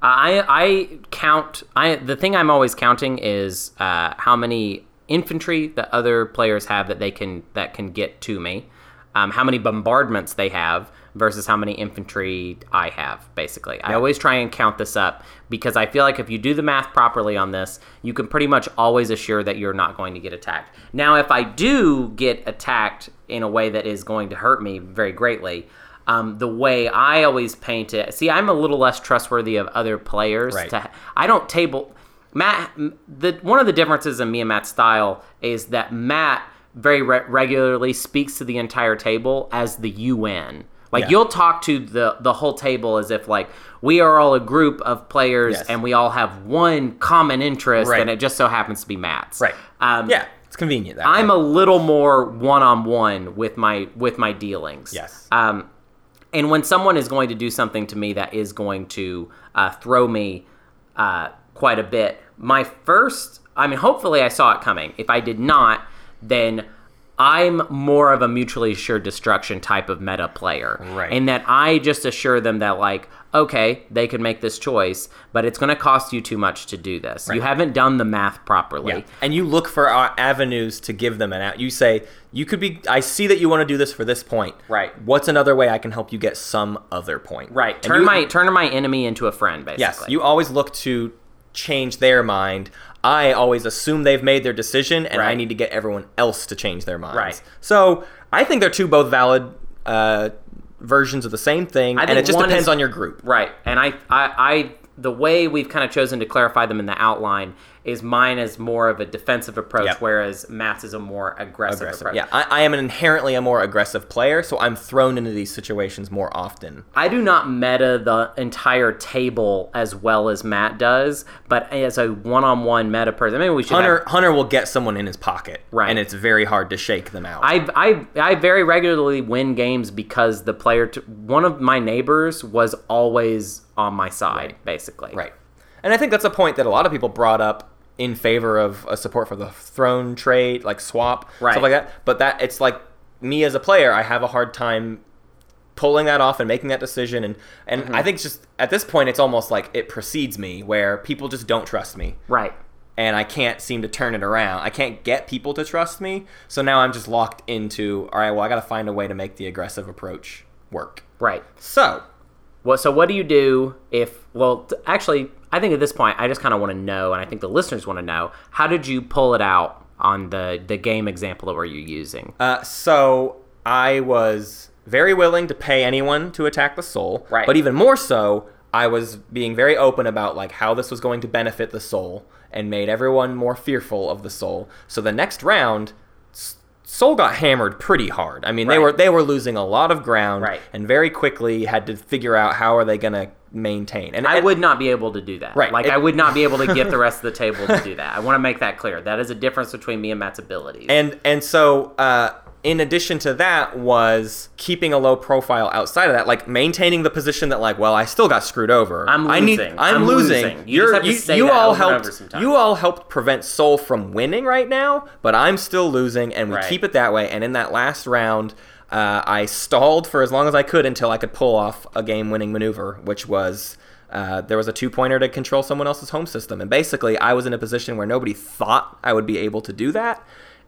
[SPEAKER 2] I I count. I the thing I'm always counting is uh, how many infantry that other players have that they can that can get to me, um, how many bombardments they have versus how many infantry I have. Basically, I always try and count this up because I feel like if you do the math properly on this, you can pretty much always assure that you're not going to get attacked. Now, if I do get attacked in a way that is going to hurt me very greatly um, the way I always paint it. See, I'm a little less trustworthy of other players.
[SPEAKER 1] Right.
[SPEAKER 2] To, I don't table Matt. m- The one of the differences in me and Matt's style is that Matt very re- regularly speaks to the entire table as the UN. Like
[SPEAKER 1] Yeah.
[SPEAKER 2] you'll talk to the the whole table as if like we are all a group of players
[SPEAKER 1] Yes.
[SPEAKER 2] and we all have one common interest
[SPEAKER 1] Right.
[SPEAKER 2] and it just so happens to be Matt's. Um,
[SPEAKER 1] Um, yeah, it's convenient. That
[SPEAKER 2] I'm
[SPEAKER 1] way.
[SPEAKER 2] a little more one on one with my with my dealings.
[SPEAKER 1] Yes.
[SPEAKER 2] Um, and when someone is going to do something to me that is going to uh, throw me uh, quite a bit, my first, I mean, hopefully I saw it coming. If I did not, then I'm more of a mutually assured destruction type of meta player.
[SPEAKER 1] Right.
[SPEAKER 2] And that I just assure them that, like, okay, they can make this choice, but it's going to cost you too much to do this. You haven't done the math properly.
[SPEAKER 1] Yeah. And you look for uh, avenues to give them an out. You say, you could be, I see that you want to do this for this point.
[SPEAKER 2] Right.
[SPEAKER 1] What's another way I can help you get some other point?
[SPEAKER 2] Right.
[SPEAKER 1] And
[SPEAKER 2] Turn
[SPEAKER 1] you-
[SPEAKER 2] my turn my enemy into a friend, basically.
[SPEAKER 1] Yes, you always look to change their mind. I always assume they've made their decision, and I
[SPEAKER 2] Right.
[SPEAKER 1] need to get everyone else to change their minds.
[SPEAKER 2] Right.
[SPEAKER 1] So I think they're two both valid uh, versions of the same thing, and
[SPEAKER 2] think
[SPEAKER 1] it just
[SPEAKER 2] one
[SPEAKER 1] depends
[SPEAKER 2] is-
[SPEAKER 1] on your group.
[SPEAKER 2] Right. And I, I, I, the way we've kind of chosen to clarify them in the outline is mine is more of a defensive approach,
[SPEAKER 1] Yep.
[SPEAKER 2] whereas Matt's is a more aggressive, approach.
[SPEAKER 1] Yeah, I, I am an inherently a more aggressive player, so I'm thrown into these situations more often.
[SPEAKER 2] I do not meta the entire table as well as Matt does, but as a one-on-one meta person, maybe we should. have-
[SPEAKER 1] Hunter Hunter will get someone in his pocket,
[SPEAKER 2] Right.
[SPEAKER 1] and it's very hard to shake them out.
[SPEAKER 2] I, I, I very regularly win games because the player, t- one of my neighbors, was always on my side, basically.
[SPEAKER 1] Right. And I think that's a point that a lot of people brought up in favor of a support for the throne trade, like swap,
[SPEAKER 2] Right.
[SPEAKER 1] stuff like that. But that it's like me as a player, I have a hard time pulling that off and making that decision and and
[SPEAKER 2] Mm-hmm.
[SPEAKER 1] I think it's just at this point it's almost like it precedes me where people just don't trust me
[SPEAKER 2] Right.
[SPEAKER 1] and I can't seem to turn it around. I can't get people to trust me. So now I'm just locked into all right, well I got to find a way to make the aggressive approach work.
[SPEAKER 2] Right.
[SPEAKER 1] So,
[SPEAKER 2] Well, so what do you do if? Well, t- actually, I think at this point, I just kind of want to know, and I think the listeners want to know, how did you pull it out on the the game example that were you using?
[SPEAKER 1] Uh, so I was very willing to pay anyone to attack the soul,
[SPEAKER 2] Right.
[SPEAKER 1] but even more so, I was being very open about like how this was going to benefit the soul and made everyone more fearful of the soul. So the next round, S- Soul got hammered pretty hard. I mean, they
[SPEAKER 2] Right.
[SPEAKER 1] were they were losing a lot of ground
[SPEAKER 2] Right.
[SPEAKER 1] and very quickly had to figure out how are they going to maintain. And
[SPEAKER 2] I
[SPEAKER 1] and-
[SPEAKER 2] would not be able to do that.
[SPEAKER 1] Right.
[SPEAKER 2] Like
[SPEAKER 1] It-
[SPEAKER 2] I would not be able to get the rest of the table to do that. I want to make that clear. That is a difference between me and Matt's abilities.
[SPEAKER 1] And and so uh, in addition to that was keeping a low profile outside of that, like maintaining the position that like, well, I still got screwed over.
[SPEAKER 2] I'm
[SPEAKER 1] I need-
[SPEAKER 2] losing.
[SPEAKER 1] I'm,
[SPEAKER 2] I'm
[SPEAKER 1] losing.
[SPEAKER 2] losing. You
[SPEAKER 1] You're-
[SPEAKER 2] just have to say
[SPEAKER 1] you
[SPEAKER 2] that
[SPEAKER 1] all
[SPEAKER 2] over and
[SPEAKER 1] helped.
[SPEAKER 2] over sometimes.
[SPEAKER 1] You all helped prevent Soul from winning right now, but I'm still losing, and we
[SPEAKER 2] Right.
[SPEAKER 1] keep it that way. And in that last round. Uh, I stalled for as long as I could until I could pull off a game-winning maneuver, which was uh, there was a two-pointer to control someone else's home system, and basically I was in a position where nobody thought I would be able to do that,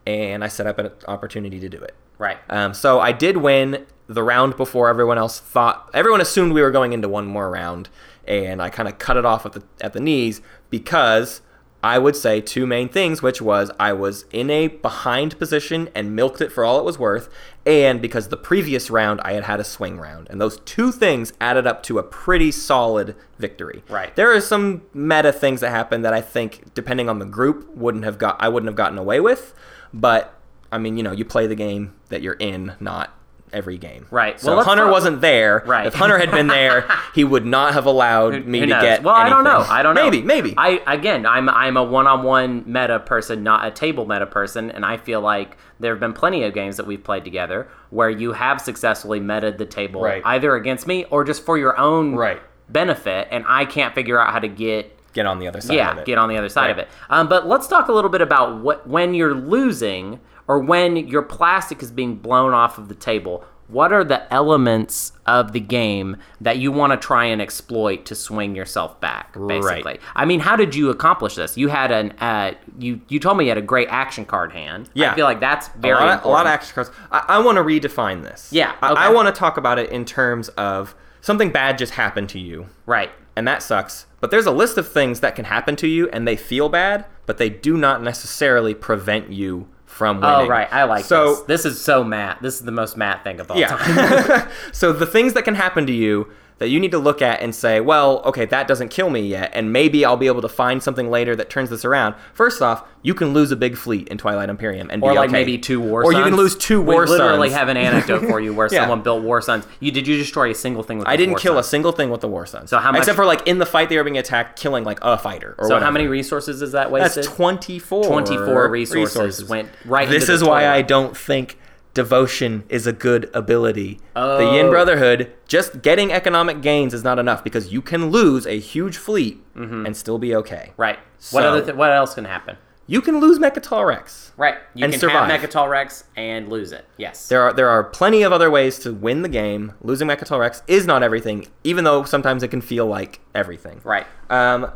[SPEAKER 1] and I set up an opportunity to do it.
[SPEAKER 2] right.
[SPEAKER 1] Um, so I did win the round before everyone else thought. Everyone assumed we were going into one more round, and I kind of cut it off at the at the knees because I would say two main things, which was I was in a behind position and milked it for all it was worth, and because the previous round I had had a swing round, and those two things added up to a pretty solid victory.
[SPEAKER 2] Right.
[SPEAKER 1] There are some meta things that happen that I think, depending on the group, wouldn't have got I wouldn't have gotten away with, but I mean, you know, you play the game that you're in, not every game.
[SPEAKER 2] Right.
[SPEAKER 1] So
[SPEAKER 2] Well, let's
[SPEAKER 1] Hunter
[SPEAKER 2] not-
[SPEAKER 1] wasn't there.
[SPEAKER 2] Right.
[SPEAKER 1] If Hunter had been there, he would not have allowed me
[SPEAKER 2] Who
[SPEAKER 1] to
[SPEAKER 2] knows?
[SPEAKER 1] get.
[SPEAKER 2] Well, I don't know.
[SPEAKER 1] anything.
[SPEAKER 2] I don't know.
[SPEAKER 1] Maybe, maybe.
[SPEAKER 2] I again, I'm I'm a one-on-one meta person, not a table meta person, and I feel like there have been plenty of games that we've played together where you have successfully meted the table
[SPEAKER 1] Right.
[SPEAKER 2] either against me or just for your own
[SPEAKER 1] Right.
[SPEAKER 2] benefit, and I can't figure out how to get
[SPEAKER 1] get on the other side. of
[SPEAKER 2] yeah
[SPEAKER 1] it.
[SPEAKER 2] get on the other side of it. Um, but let's talk a little bit about what when you're losing or when your plastic is being blown off of the table. What are the elements of the game that you want to try and exploit to swing yourself back? Basically, I mean, how did you accomplish this? You had an uh, you you told me you had a great action card hand.
[SPEAKER 1] Yeah.
[SPEAKER 2] I feel like that's
[SPEAKER 1] a
[SPEAKER 2] very
[SPEAKER 1] lot, of, a
[SPEAKER 2] important.
[SPEAKER 1] lot of action cards. I, I want to redefine this.
[SPEAKER 2] Yeah, okay.
[SPEAKER 1] I, I want to talk about it in terms of something bad just happened to you.
[SPEAKER 2] right.
[SPEAKER 1] and that sucks. But there's a list of things that can happen to you, and they feel bad, but they do not necessarily prevent you from winning.
[SPEAKER 2] Oh, right. I like
[SPEAKER 1] so.
[SPEAKER 2] this. This is so Matt. This is the most Matt thing of all time.
[SPEAKER 1] Yeah. so the things that can happen to you that you need to look at and say, well, okay, that doesn't kill me yet, and maybe I'll be able to find something later that turns this around. First off, you can lose a big fleet in Twilight Imperium and
[SPEAKER 2] or
[SPEAKER 1] be
[SPEAKER 2] like
[SPEAKER 1] okay.
[SPEAKER 2] maybe two war
[SPEAKER 1] or
[SPEAKER 2] sons.
[SPEAKER 1] you can lose two war
[SPEAKER 2] We literally
[SPEAKER 1] sons.
[SPEAKER 2] have an anecdote for you where
[SPEAKER 1] Yeah.
[SPEAKER 2] someone built war sons. You did you destroy a single thing with?
[SPEAKER 1] I didn't kill
[SPEAKER 2] sons?
[SPEAKER 1] a single thing with the war sons.
[SPEAKER 2] So how much-
[SPEAKER 1] Except for like in the fight they were being attacked, killing like a fighter. Or
[SPEAKER 2] So how
[SPEAKER 1] whatever.
[SPEAKER 2] many resources is that
[SPEAKER 1] That's
[SPEAKER 2] wasted?
[SPEAKER 1] 24.
[SPEAKER 2] 24 resources went right
[SPEAKER 1] This
[SPEAKER 2] into the
[SPEAKER 1] is why
[SPEAKER 2] toilet.
[SPEAKER 1] I don't think devotion is a good ability. The
[SPEAKER 2] Oh.
[SPEAKER 1] Yin Brotherhood, just getting economic gains is not enough because you can lose a huge fleet and still be okay.
[SPEAKER 2] Mm-hmm. right. What
[SPEAKER 1] So-
[SPEAKER 2] other? Th- what else can happen?
[SPEAKER 1] You can lose Mechatal Rex.
[SPEAKER 2] Right. You
[SPEAKER 1] And
[SPEAKER 2] can
[SPEAKER 1] survive.
[SPEAKER 2] have Mechatol Rex and lose it. Yes.
[SPEAKER 1] There are there are plenty of other ways to win the game. Losing Mechatal Rex is not everything, even though sometimes it can feel like everything.
[SPEAKER 2] right.
[SPEAKER 1] Um,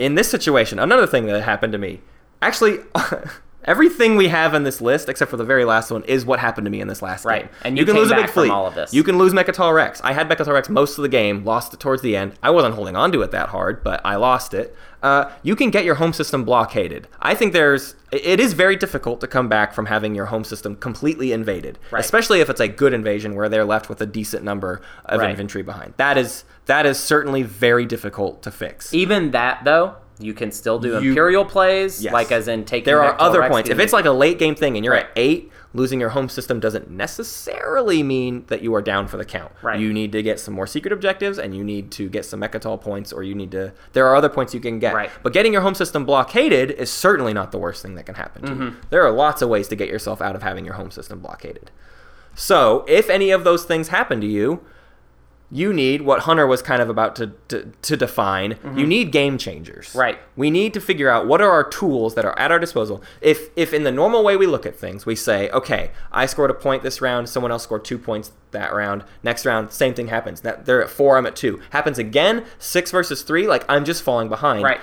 [SPEAKER 1] in this situation, another thing that happened to me, actually, everything we have in this list, except for the very last one, is what happened to me in this last
[SPEAKER 2] Right.
[SPEAKER 1] game.
[SPEAKER 2] And you came back from all of this.
[SPEAKER 1] You can lose Mechatol Rex. I had Mechatol Rex most of the game, lost it towards the end. I wasn't holding on to it that hard, but I lost it. Uh, you can get your home system blockaded. I think there's, it- it is very difficult to come back from having your home system completely invaded,
[SPEAKER 2] Right.
[SPEAKER 1] especially if it's a good invasion where they're left with a decent number of
[SPEAKER 2] Right.
[SPEAKER 1] infantry behind. That is that is certainly very difficult to fix.
[SPEAKER 2] Even that though, you can still do
[SPEAKER 1] You-
[SPEAKER 2] imperial plays,
[SPEAKER 1] Yes.
[SPEAKER 2] like as in taking.
[SPEAKER 1] there are
[SPEAKER 2] Mechatol
[SPEAKER 1] other
[SPEAKER 2] Rex
[SPEAKER 1] points. If
[SPEAKER 2] being-
[SPEAKER 1] it's like a late game thing and you're at
[SPEAKER 2] Right.
[SPEAKER 1] eight, losing your home system doesn't necessarily mean that you are down for the count.
[SPEAKER 2] Right.
[SPEAKER 1] You need to get some more secret objectives and you need to get some Mechatol points or you need to. There are other points you can get.
[SPEAKER 2] Right.
[SPEAKER 1] But getting your home system blockaded is certainly not the worst thing that can happen
[SPEAKER 2] Mm-hmm.
[SPEAKER 1] to you. There are lots of ways to get yourself out of having your home system blockaded. So if any of those things happen to you, you need what Hunter was kind of about to to, to define. You need game changers.
[SPEAKER 2] Mm-hmm. Right.
[SPEAKER 1] We need to figure out what are our tools that are at our disposal. If if in the normal way we look at things, we say, okay, I scored a point this round, someone else scored two points that round. Next round, same thing happens. That they're at four, I'm at two. Happens again, six versus three. Like I'm just falling behind.
[SPEAKER 2] Right.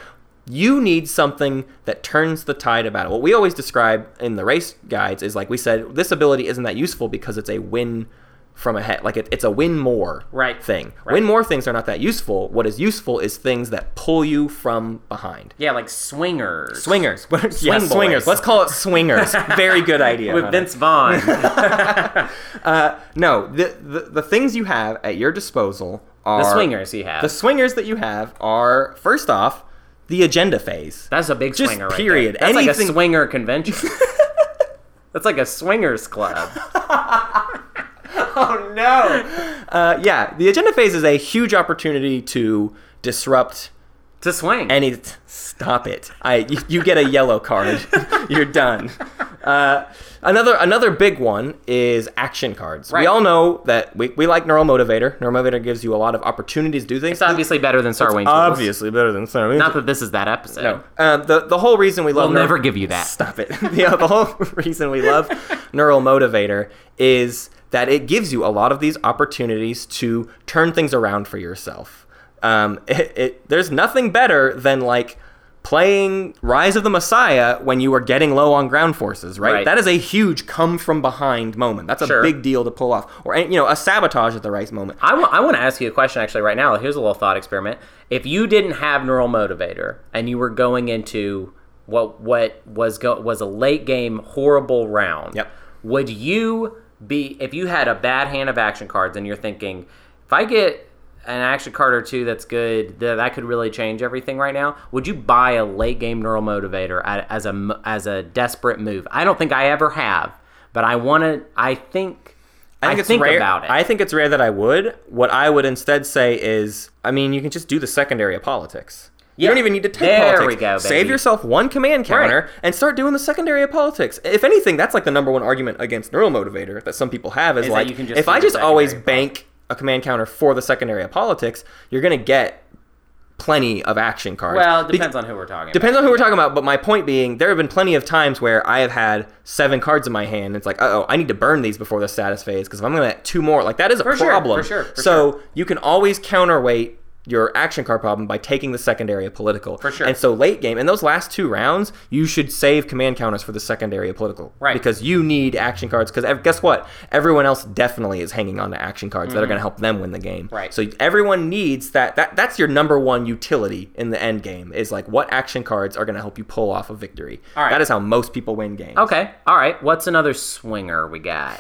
[SPEAKER 1] You need something that turns the tide about it. What we always describe in the race guides is like we said, this ability isn't that useful because it's a win from ahead. Like it, it's a win more
[SPEAKER 2] Right.
[SPEAKER 1] thing. Win more things are not that useful. What is useful is things that pull you from behind.
[SPEAKER 2] yeah, like swingers.
[SPEAKER 1] Swingers. What- yeah,
[SPEAKER 2] boys.
[SPEAKER 1] swingers. Let's call it swingers. Very good idea.
[SPEAKER 2] with
[SPEAKER 1] Hunter.
[SPEAKER 2] Vince Vaughn.
[SPEAKER 1] No, the, the the things you have at your disposal
[SPEAKER 2] The
[SPEAKER 1] are
[SPEAKER 2] swingers you have.
[SPEAKER 1] The swingers that you have are first off the agenda phase.
[SPEAKER 2] That's a big
[SPEAKER 1] Just
[SPEAKER 2] swinger right
[SPEAKER 1] period.
[SPEAKER 2] there. That's like a
[SPEAKER 1] Anything-
[SPEAKER 2] swinger convention. That's like a swingers club.
[SPEAKER 1] Oh no! Uh, yeah, the agenda phase is a huge opportunity to disrupt
[SPEAKER 2] To swing.
[SPEAKER 1] any. Stop it! I you, you get a yellow card. You're done. Uh, another another big one is action cards.
[SPEAKER 2] Right.
[SPEAKER 1] We all know that we, we like neural motivator. Neural motivator gives you a lot of opportunities to do things.
[SPEAKER 2] it's obviously better than Star Wing.
[SPEAKER 1] obviously better than Sarah.
[SPEAKER 2] Not that this is that episode.
[SPEAKER 1] No. Um, the the whole reason we love
[SPEAKER 2] We'll
[SPEAKER 1] neural-
[SPEAKER 2] never give you that.
[SPEAKER 1] Stop it. the, the whole reason we love neural motivator is that it gives you a lot of these opportunities to turn things around for yourself. Um, it, it there's nothing better than like playing Rise of the Messiah when you are getting low on ground forces, right?
[SPEAKER 2] Right.
[SPEAKER 1] That is a huge come from behind moment. That's a
[SPEAKER 2] Sure.
[SPEAKER 1] big deal to pull off, or you know, a sabotage at the right moment.
[SPEAKER 2] I want to ask you a question actually right now. Here's a little thought experiment. If you didn't have neural motivator and you were going into what what was go, was a late game horrible round,
[SPEAKER 1] Yep.
[SPEAKER 2] would you be if you had a bad hand of action cards and you're thinking if I get an action card or two that's good that that could really change everything right now would you buy a late game neural motivator a- as a m- as a desperate move i don't think i ever have but i want to i think i think,
[SPEAKER 1] it's rare.
[SPEAKER 2] about it
[SPEAKER 1] I think it's rare that I would. What I would instead say is, I mean, you can just do the secondary of politics.
[SPEAKER 2] Yeah.
[SPEAKER 1] You don't even need to take
[SPEAKER 2] There
[SPEAKER 1] politics.
[SPEAKER 2] we go,
[SPEAKER 1] Save
[SPEAKER 2] baby.
[SPEAKER 1] yourself one command counter and start doing the secondary of politics. If anything, that's like the number one argument against neural motivator that some people have is,
[SPEAKER 2] that
[SPEAKER 1] like,
[SPEAKER 2] you can just
[SPEAKER 1] if
[SPEAKER 2] do
[SPEAKER 1] I
[SPEAKER 2] the
[SPEAKER 1] just always
[SPEAKER 2] secondary of
[SPEAKER 1] bank a command counter for the secondary of politics, you're gonna get plenty of action cards.
[SPEAKER 2] Well, it
[SPEAKER 1] Bec-
[SPEAKER 2] depends on who we're talking.
[SPEAKER 1] Depends on who we're talking about, but my point being, there have been plenty of times where I have had seven cards in my hand. And it's like, uh oh, I need to burn these before the status phase because if I'm going to two more, like that is a
[SPEAKER 2] sure,
[SPEAKER 1] problem.
[SPEAKER 2] for sure, for
[SPEAKER 1] so you can always counterweight your action card problem by taking the secondary of political. For
[SPEAKER 2] sure.
[SPEAKER 1] And so late game, in those last two rounds, you should save command counters for the secondary of political.
[SPEAKER 2] Right.
[SPEAKER 1] Because you need action cards. Because guess what? Everyone else definitely is hanging on to action cards that are going to help them win the game.
[SPEAKER 2] Mm-hmm. Right.
[SPEAKER 1] So everyone needs that. That that's your number one utility in the end game is like what action cards are going to help you pull off a victory.
[SPEAKER 2] All right.
[SPEAKER 1] That is how most people win games.
[SPEAKER 2] about. Okay, all right. What's another swinger we got?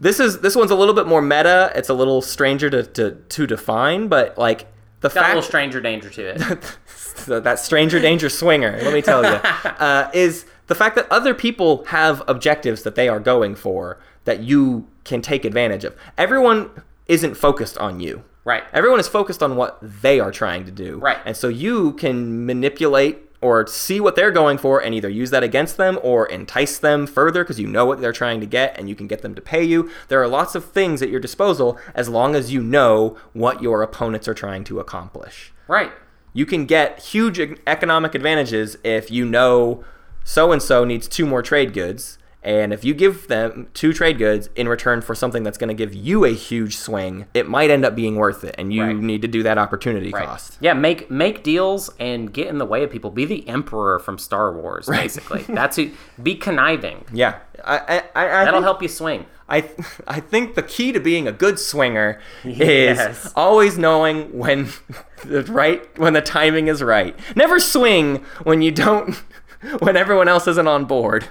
[SPEAKER 1] This is this one's a little bit more meta. It's a little stranger to to, to define, but like the
[SPEAKER 2] Got a
[SPEAKER 1] fact
[SPEAKER 2] little stranger danger to it.
[SPEAKER 1] So that stranger danger swinger, let me tell you, uh, is the fact that other people have objectives that they are going for that you can take advantage of. Everyone isn't focused on you.
[SPEAKER 2] Right.
[SPEAKER 1] Everyone is focused on what they are trying to do.
[SPEAKER 2] Right.
[SPEAKER 1] And so you can manipulate or see what they're going for and either use that against them or entice them further because you know what they're trying to get and you can get them to pay you. There are lots of things at your disposal as long as you know what your opponents are trying to accomplish
[SPEAKER 2] Right.
[SPEAKER 1] you can get huge ec- economic advantages if you know so and so needs two more trade goods and if you give them two trade goods in return for something that's going to give you a huge swing it might end up being worth it and you
[SPEAKER 2] Right.
[SPEAKER 1] need to do that opportunity
[SPEAKER 2] Right.
[SPEAKER 1] cost
[SPEAKER 2] Yeah, make make deals and get in the way of people. Be the emperor from Star Wars, basically. That's who. Be conniving.
[SPEAKER 1] yeah i i, I, I
[SPEAKER 2] That'll
[SPEAKER 1] think-
[SPEAKER 2] help you swing.
[SPEAKER 1] I, th- I think the key to being a good swinger is
[SPEAKER 2] Yes.
[SPEAKER 1] always knowing when the right when the timing is right. Never swing when you don't when everyone else isn't on board.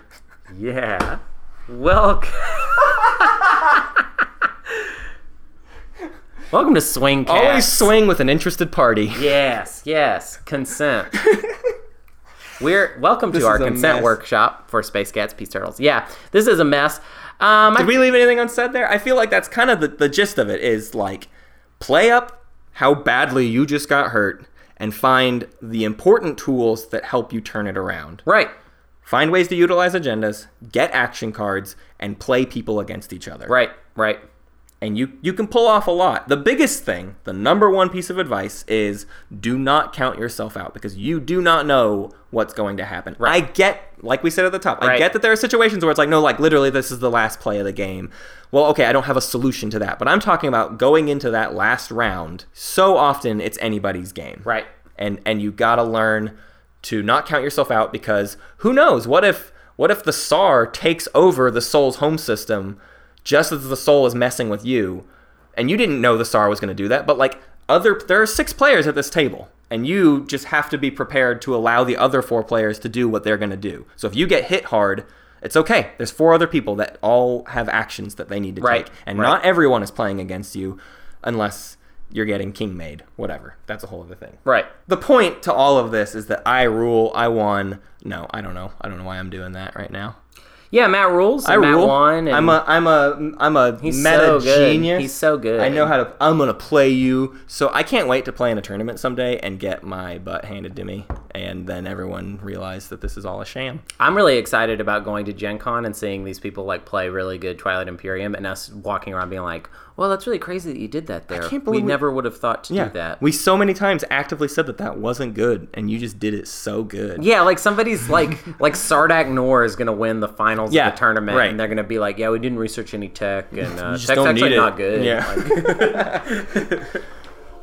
[SPEAKER 2] Yeah. Well. Welcome to Swing Cast.
[SPEAKER 1] Always swing with an interested party.
[SPEAKER 2] Yes, yes, consent. We're welcome to our
[SPEAKER 1] is a
[SPEAKER 2] consent
[SPEAKER 1] mess.
[SPEAKER 2] workshop for Space Cats, Peace Turtles. Yeah, this is a mess. Um, I-
[SPEAKER 1] Did we leave anything unsaid there? I feel like that's kind of the, the gist of it is like play up how badly you just got hurt and find the important tools that help you turn it around.
[SPEAKER 2] right,
[SPEAKER 1] Find ways to utilize agendas, get action cards, and play people against each other.
[SPEAKER 2] right, right.
[SPEAKER 1] And you, you can pull off a lot. The biggest thing, the number one piece of advice is do not count yourself out because you do not know what's going to happen. I get, like we said at the top, I
[SPEAKER 2] Right.
[SPEAKER 1] get that there are situations where it's like, no, like literally this is the last play of the game. Well, okay, I don't have a solution to that. But I'm talking about going into that last round. So often it's anybody's game
[SPEAKER 2] Right.
[SPEAKER 1] and and you gotta learn to not count yourself out because who knows what if what if the SAR takes over the soul's home system just as the soul is messing with you and you didn't know the SAR was gonna do that but like other there are six players at this table and you just have to be prepared to allow the other four players to do what they're gonna do so if you get hit hard it's okay there's four other people that all have actions that they need to
[SPEAKER 2] Right,
[SPEAKER 1] take and
[SPEAKER 2] right.
[SPEAKER 1] not everyone is playing against you unless you're getting king made. Whatever. That's a whole other thing.
[SPEAKER 2] Right.
[SPEAKER 1] The point to all of this is that I rule. I won. No, I don't know. I don't know why I'm doing that right now.
[SPEAKER 2] Yeah, Matt rules.
[SPEAKER 1] I
[SPEAKER 2] Matt
[SPEAKER 1] rule.
[SPEAKER 2] won. And
[SPEAKER 1] I'm a I'm a I'm a
[SPEAKER 2] He's
[SPEAKER 1] meta
[SPEAKER 2] so good.
[SPEAKER 1] genius.
[SPEAKER 2] He's so good.
[SPEAKER 1] I know how to. I'm gonna play you. So I can't wait to play in a tournament someday and get my butt handed to me, and then everyone realize that this is all a sham.
[SPEAKER 2] I'm really excited about going to Gen Con and seeing these people like play really good Twilight Imperium and us walking around being like, well, that's really crazy that you did that there.
[SPEAKER 1] can't
[SPEAKER 2] we
[SPEAKER 1] believe we-
[SPEAKER 2] never would have thought to do that.
[SPEAKER 1] We so many times actively said that that wasn't good, and you just did it so good.
[SPEAKER 2] yeah, like somebody's like like Sardak Nor is gonna win the finals
[SPEAKER 1] Yeah,
[SPEAKER 2] of the tournament,
[SPEAKER 1] right.
[SPEAKER 2] and they're gonna be like, "Yeah, we didn't research any tech, and uh,
[SPEAKER 1] just
[SPEAKER 2] tech's
[SPEAKER 1] don't
[SPEAKER 2] actually
[SPEAKER 1] need it."
[SPEAKER 2] not good."
[SPEAKER 1] Yeah.
[SPEAKER 2] Like,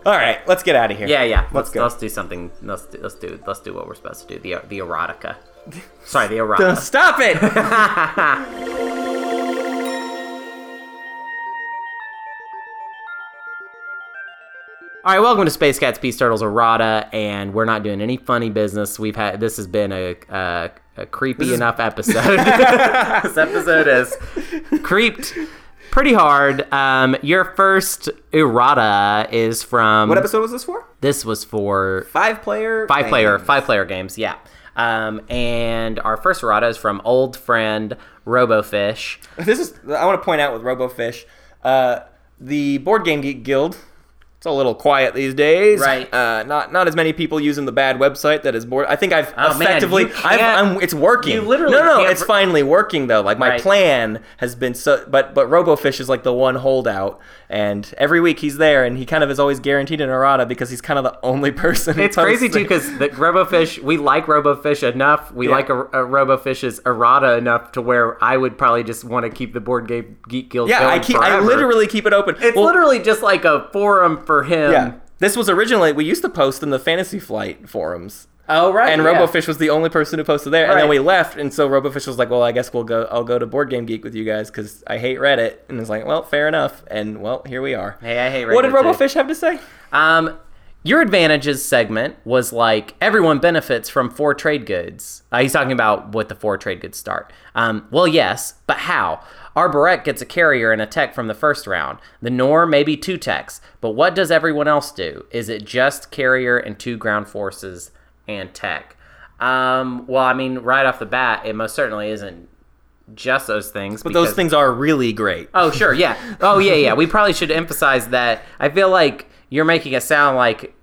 [SPEAKER 1] All right, let's get out of here.
[SPEAKER 2] yeah, yeah. Let's
[SPEAKER 1] Let's go.
[SPEAKER 2] let's do something. Let's do, let's do let's do what we're supposed to do. The the erotica. Sorry, the erotica.
[SPEAKER 1] Uh, Stop it.
[SPEAKER 2] All right, welcome to Space Cats, Peace Turtles, Errata, and we're not doing any funny business. We've had this has been a, a, a creepy enough episode. this episode has creeped pretty hard. Um, your first errata is from
[SPEAKER 1] what episode was this for?
[SPEAKER 2] this was for
[SPEAKER 1] Five player.
[SPEAKER 2] five player
[SPEAKER 1] games.
[SPEAKER 2] five player games yeah um, and our first errata is from old friend robofish
[SPEAKER 1] This is I want to point out with RoboFish, uh, the board game geek guild. It's a little quiet these days,
[SPEAKER 2] Right.
[SPEAKER 1] Uh, not not as many people using the bad website that is board. I think I've
[SPEAKER 2] Oh, man,
[SPEAKER 1] effectively,
[SPEAKER 2] you
[SPEAKER 1] I've,
[SPEAKER 2] can't-
[SPEAKER 1] I'm, it's working.
[SPEAKER 2] you literally
[SPEAKER 1] no, no,
[SPEAKER 2] can't
[SPEAKER 1] it's
[SPEAKER 2] br-
[SPEAKER 1] finally working though. Like my
[SPEAKER 2] Right.
[SPEAKER 1] plan has been so, but but RoboFish is like the one holdout, and every week he's there, and he kind of is always guaranteed an errata because he's kind of the only person. who
[SPEAKER 2] It's crazy
[SPEAKER 1] posts it.
[SPEAKER 2] too because the Robofish, we like Robofish enough. We
[SPEAKER 1] Yeah.
[SPEAKER 2] like a, a Robofish's errata enough to where I would probably just want to keep the board game geek guild.
[SPEAKER 1] Yeah,
[SPEAKER 2] going
[SPEAKER 1] I keep, I
[SPEAKER 2] forever.
[SPEAKER 1] literally keep it open.
[SPEAKER 2] It's
[SPEAKER 1] Well,
[SPEAKER 2] literally just like a forum for him.
[SPEAKER 1] yeah. Um, This was originally we used to post in the Fantasy Flight forums.
[SPEAKER 2] Oh right.
[SPEAKER 1] and
[SPEAKER 2] yeah.
[SPEAKER 1] RoboFish was the only person who posted there. And
[SPEAKER 2] Right.
[SPEAKER 1] then we left, and so RoboFish was like, "Well, I guess we'll go. I'll go to Board Game Geek with you guys because I hate Reddit." And it's like, "Well, fair enough." And well, here we are.
[SPEAKER 2] Hey, I hate
[SPEAKER 1] What did
[SPEAKER 2] Reddit, too.
[SPEAKER 1] RoboFish have to say?
[SPEAKER 2] Um, your advantages segment was like everyone benefits from four trade goods. Uh, he's talking about what the four trade goods start. Um, well, yes, but how? Arborek gets a carrier and a tech from the first round. The Nor maybe two techs. But what does everyone else do? Is it just carrier and two ground forces and tech? Um, well, I mean, right off the bat, it most certainly isn't just those things.
[SPEAKER 1] But those things are really great.
[SPEAKER 2] Oh, sure, yeah. Oh, yeah, yeah. We probably should emphasize that. I feel like you're making it sound like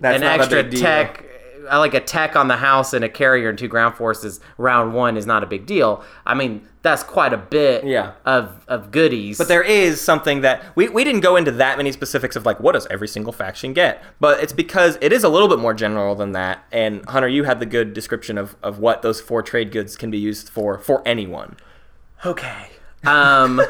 [SPEAKER 1] That's
[SPEAKER 2] an
[SPEAKER 1] not a
[SPEAKER 2] extra
[SPEAKER 1] big deal.
[SPEAKER 2] tech, uh, like a tech on the house and a carrier and two ground forces round one is not a big deal. I mean, that's quite a bit
[SPEAKER 1] Yeah.
[SPEAKER 2] of, of goodies.
[SPEAKER 1] But there is something that we, we didn't go into that many specifics of like what does every single faction get, but it's because it is a little bit more general than that. And Hunter, you had the good description of, of what those four trade goods can be used for for anyone.
[SPEAKER 2] okay. Um,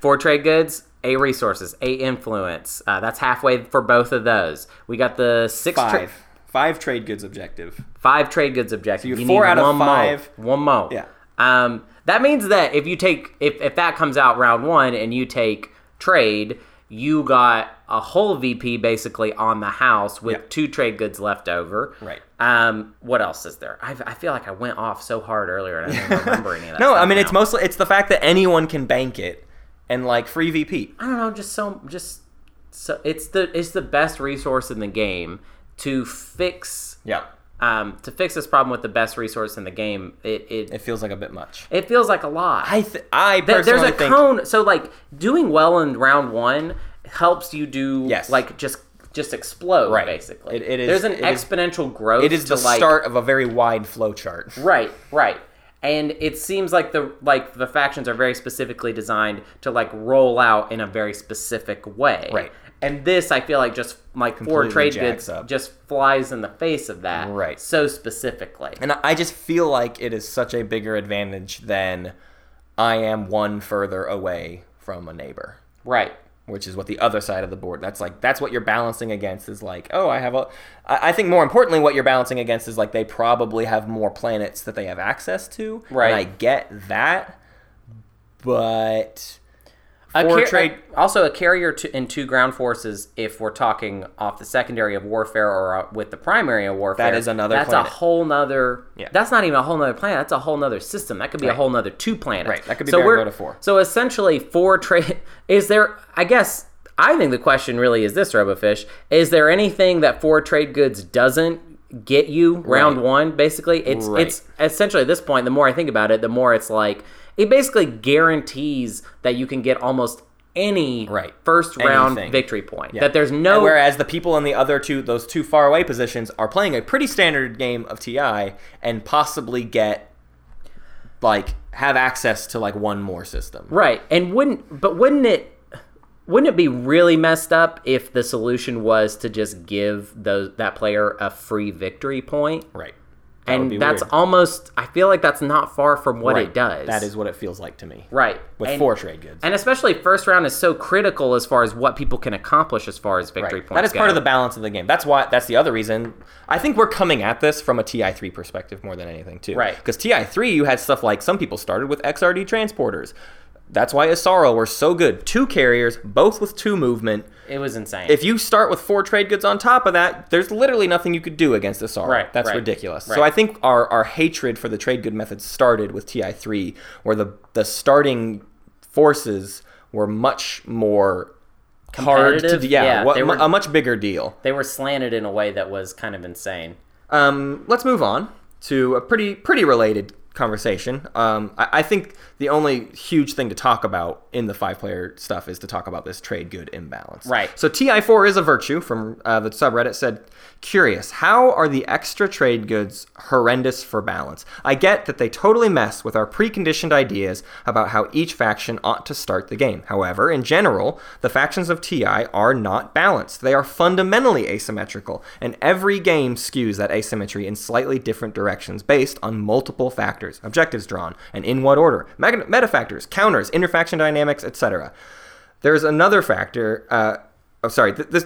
[SPEAKER 2] four trade goods, a resources, a influence. Uh, that's halfway for both of those. We got the six, tra-
[SPEAKER 1] five trade goods objective.
[SPEAKER 2] five trade goods objective.
[SPEAKER 1] you
[SPEAKER 2] you
[SPEAKER 1] have four
[SPEAKER 2] need
[SPEAKER 1] out of
[SPEAKER 2] one
[SPEAKER 1] five.
[SPEAKER 2] Mo, one mo.
[SPEAKER 1] Yeah.
[SPEAKER 2] Um, that means that if you take if if that comes out round one and you take trade, you got a whole VP basically on the house with
[SPEAKER 1] Yeah.
[SPEAKER 2] two trade goods left over.
[SPEAKER 1] Right.
[SPEAKER 2] Um, what else is there? I, I feel like I went off so hard earlier and I don't remember any of that.
[SPEAKER 1] No, I
[SPEAKER 2] stuff
[SPEAKER 1] mean
[SPEAKER 2] now.
[SPEAKER 1] it's mostly it's the fact that anyone can bank it and like free VP.
[SPEAKER 2] I don't know, just so just so it's the it's the best resource in the game to fix
[SPEAKER 1] Yeah.
[SPEAKER 2] um to fix this problem with the best resource in the game. It it
[SPEAKER 1] It feels like a bit much.
[SPEAKER 2] It feels like a lot.
[SPEAKER 1] I th- I
[SPEAKER 2] There-
[SPEAKER 1] personally
[SPEAKER 2] There's a
[SPEAKER 1] think
[SPEAKER 2] cone. So like doing well in round one helps you do
[SPEAKER 1] Yes.
[SPEAKER 2] like just just explode
[SPEAKER 1] Right.
[SPEAKER 2] basically.
[SPEAKER 1] It- it is-
[SPEAKER 2] There's an
[SPEAKER 1] it is-
[SPEAKER 2] exponential growth.
[SPEAKER 1] it is
[SPEAKER 2] to
[SPEAKER 1] the
[SPEAKER 2] like,
[SPEAKER 1] start of a very wide flow chart.
[SPEAKER 2] Right, right. And it seems like the like the factions are very specifically designed to like roll out in a very specific way.
[SPEAKER 1] Right.
[SPEAKER 2] And this I feel like just like four
[SPEAKER 1] Completely
[SPEAKER 2] trade
[SPEAKER 1] jacks
[SPEAKER 2] goods
[SPEAKER 1] up.
[SPEAKER 2] just flies in the face of that.
[SPEAKER 1] Right.
[SPEAKER 2] So specifically.
[SPEAKER 1] And I- I just feel like it is such a bigger advantage than I am one further away from a neighbor.
[SPEAKER 2] Right.
[SPEAKER 1] which is what the other side of the board that's like that's what you're balancing against is like oh i have a i I think more importantly what you're balancing against is like they probably have more planets that they have access to
[SPEAKER 2] Right.
[SPEAKER 1] and i get that but
[SPEAKER 2] a
[SPEAKER 1] Four
[SPEAKER 2] car-
[SPEAKER 1] trade-
[SPEAKER 2] a- also a carrier to, and two ground forces if we're talking off the secondary of warfare or uh, with the primary of warfare
[SPEAKER 1] That is another
[SPEAKER 2] that's
[SPEAKER 1] planet.
[SPEAKER 2] a whole nother
[SPEAKER 1] Yeah.
[SPEAKER 2] that's not even a whole nother planet that's a whole nother system that could be a whole nother two planets
[SPEAKER 1] Right, that could be
[SPEAKER 2] so
[SPEAKER 1] Baron
[SPEAKER 2] we're
[SPEAKER 1] Lord of four.
[SPEAKER 2] so essentially four trade is there i guess I think the question really is this, Robofish: Is there anything that four trade goods doesn't get you round
[SPEAKER 1] Right.
[SPEAKER 2] one? Basically, it's
[SPEAKER 1] Right.
[SPEAKER 2] it's essentially at this point. The more I think about it, the more it's like it basically guarantees that you can get almost any
[SPEAKER 1] Right.
[SPEAKER 2] first round
[SPEAKER 1] Anything.
[SPEAKER 2] victory point. That there's no
[SPEAKER 1] And whereas the people in the other two, those two far away positions, are playing a pretty standard game of TI and possibly get like have access to like one more system.
[SPEAKER 2] Right. And wouldn't but wouldn't it wouldn't it be really messed up if the solution was to just give those that player a free victory point?
[SPEAKER 1] Right. That would be
[SPEAKER 2] And that's
[SPEAKER 1] weird.
[SPEAKER 2] almost I feel like that's not far from what
[SPEAKER 1] Right.
[SPEAKER 2] it does.
[SPEAKER 1] That is what it feels like to me.
[SPEAKER 2] right.
[SPEAKER 1] With
[SPEAKER 2] and,
[SPEAKER 1] four trade goods.
[SPEAKER 2] And especially first round is so critical as far as what people can accomplish as far as victory
[SPEAKER 1] Right.
[SPEAKER 2] points.
[SPEAKER 1] That is part
[SPEAKER 2] go.
[SPEAKER 1] of the balance of the game. That's why. That's the other reason. I think we're coming at this from a TI3 perspective more than anything, too.
[SPEAKER 2] Right.
[SPEAKER 1] Because TI3, you had stuff like some people started with XRD transporters. That's why Asaro were so good. Two carriers, both with two movement.
[SPEAKER 2] It was insane.
[SPEAKER 1] If you start with four trade goods on top of that, there's literally nothing you could do against Asaro.
[SPEAKER 2] Right,
[SPEAKER 1] That's
[SPEAKER 2] right,
[SPEAKER 1] ridiculous.
[SPEAKER 2] right.
[SPEAKER 1] So I think our, our hatred for the trade good method started with TI3, where the, the starting forces were much more hard to
[SPEAKER 2] Competitive?
[SPEAKER 1] yeah,
[SPEAKER 2] Yeah,
[SPEAKER 1] what-
[SPEAKER 2] they were-
[SPEAKER 1] a much bigger deal.
[SPEAKER 2] they were slanted in a way that was kind of insane.
[SPEAKER 1] Um, let's move on to a pretty pretty related conversation. Um, I, I think the only huge thing to talk about in the five player stuff is to talk about this trade good imbalance.
[SPEAKER 2] Right.
[SPEAKER 1] So Ti4 is a virtue from uh, the subreddit said, curious, how are the extra trade goods horrendous for balance? I get that they totally mess with our preconditioned ideas about how each faction ought to start the game. However, in general, the factions of TI are not balanced. They are fundamentally asymmetrical, and every game skews that asymmetry in slightly different directions based on multiple factors, objectives drawn, and in what order, mag- meta factors, counters, interfaction dynamics, etc. There's another factor. Uh, oh, sorry. Th- this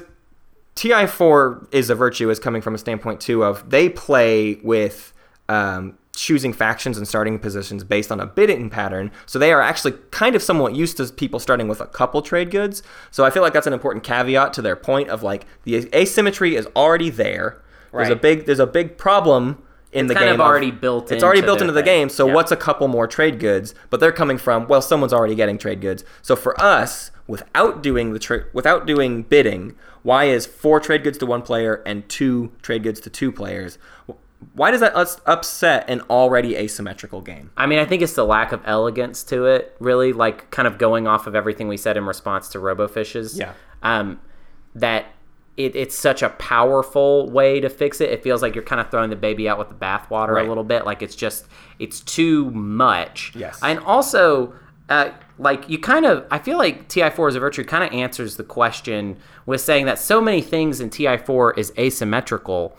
[SPEAKER 1] Ti4 is a virtue is coming from a standpoint too of they play with um, choosing factions and starting positions based on a bidding pattern. So they are actually kind of somewhat used to people starting with a couple trade goods. So I feel like that's an important caveat to their point of like the asymmetry is already there. There's a
[SPEAKER 2] Right.
[SPEAKER 1] big there's a big problem in the
[SPEAKER 2] kind
[SPEAKER 1] game
[SPEAKER 2] of already built
[SPEAKER 1] It's already
[SPEAKER 2] into
[SPEAKER 1] built
[SPEAKER 2] their
[SPEAKER 1] into the
[SPEAKER 2] thing.
[SPEAKER 1] game. So
[SPEAKER 2] Yeah.
[SPEAKER 1] what's a couple more trade goods? But they're coming from well, someone's already getting trade goods. So for us, without doing the tra- without doing bidding, why is four trade goods to one player and two trade goods to two players? Why does that us- upset an already asymmetrical game?
[SPEAKER 2] I mean, I think it's the lack of elegance to it, really, like kind of going off of everything we said in response to RoboFishes.
[SPEAKER 1] Yeah.
[SPEAKER 2] Um, that it, it's such a powerful way to fix it. It feels like you're kind of throwing the baby out with the bathwater
[SPEAKER 1] Right.
[SPEAKER 2] a little bit. Like it's just, it's too much.
[SPEAKER 1] Yes.
[SPEAKER 2] And also, uh, like you kind of, I feel like TI4 is a virtue kind of answers the question with saying that so many things in TI4 is asymmetrical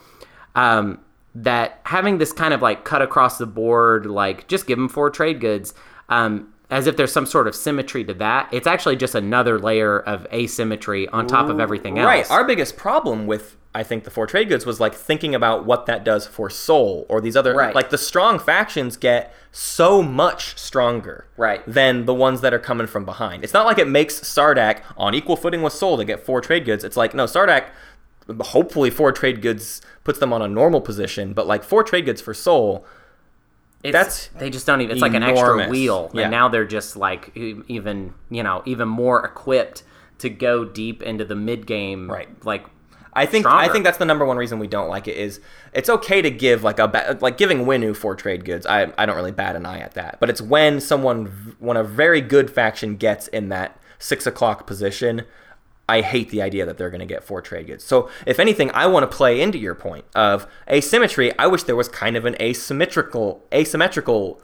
[SPEAKER 2] um, that having this kind of like cut across the board, like just give them four trade goods, um, as if there's some sort of symmetry to that. It's actually just another layer of asymmetry on top of everything else.
[SPEAKER 1] Right. Our biggest problem with I think the four trade goods was like thinking about what that does for Soul or these other
[SPEAKER 2] Right.
[SPEAKER 1] like the strong factions get so much stronger
[SPEAKER 2] Right.
[SPEAKER 1] than the ones that are coming from behind. It's not like it makes Sardak on equal footing with Soul to get four trade goods. It's like no Sardak hopefully four trade goods puts them on a normal position, but like four trade goods for Soul
[SPEAKER 2] It's-
[SPEAKER 1] that's
[SPEAKER 2] they just don't even. It's like an extra
[SPEAKER 1] enormous.
[SPEAKER 2] wheel,
[SPEAKER 1] Yeah.
[SPEAKER 2] and now they're just like e- even you know even more equipped to go deep into the mid game.
[SPEAKER 1] Right.
[SPEAKER 2] Like
[SPEAKER 1] I think I
[SPEAKER 2] stronger.
[SPEAKER 1] think that's the number one reason we don't like it is it's okay to give like a ba- like giving Winu for trade goods. I I don't really bat an eye at that, but it's when someone v- when a very good faction gets in that six o'clock position. I hate the idea that they're going to get four trade goods. So, if anything, I want to play into your point of asymmetry. I wish there was kind of an asymmetrical asymmetrical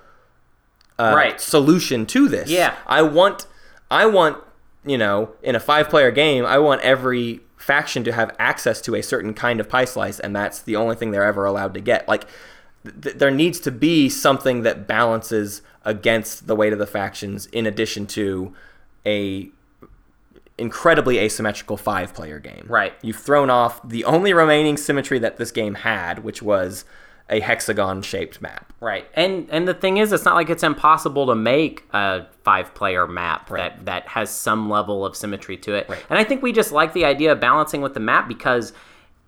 [SPEAKER 1] uh,
[SPEAKER 2] Right.
[SPEAKER 1] solution to this.
[SPEAKER 2] Yeah.
[SPEAKER 1] I want I want, you know, in a five player game, I want every faction to have access to a certain kind of pie slice and that's the only thing they're ever allowed to get. Like th- there needs to be something that balances against the weight of the factions in addition to a incredibly asymmetrical five player game.
[SPEAKER 2] Right.
[SPEAKER 1] You've thrown off the only remaining symmetry that this game had, which was a hexagon shaped map.
[SPEAKER 2] Right, and and the thing is, it's not like it's impossible to make a five-player map that that has some level of symmetry to it. And I think we just like the idea of balancing with the map because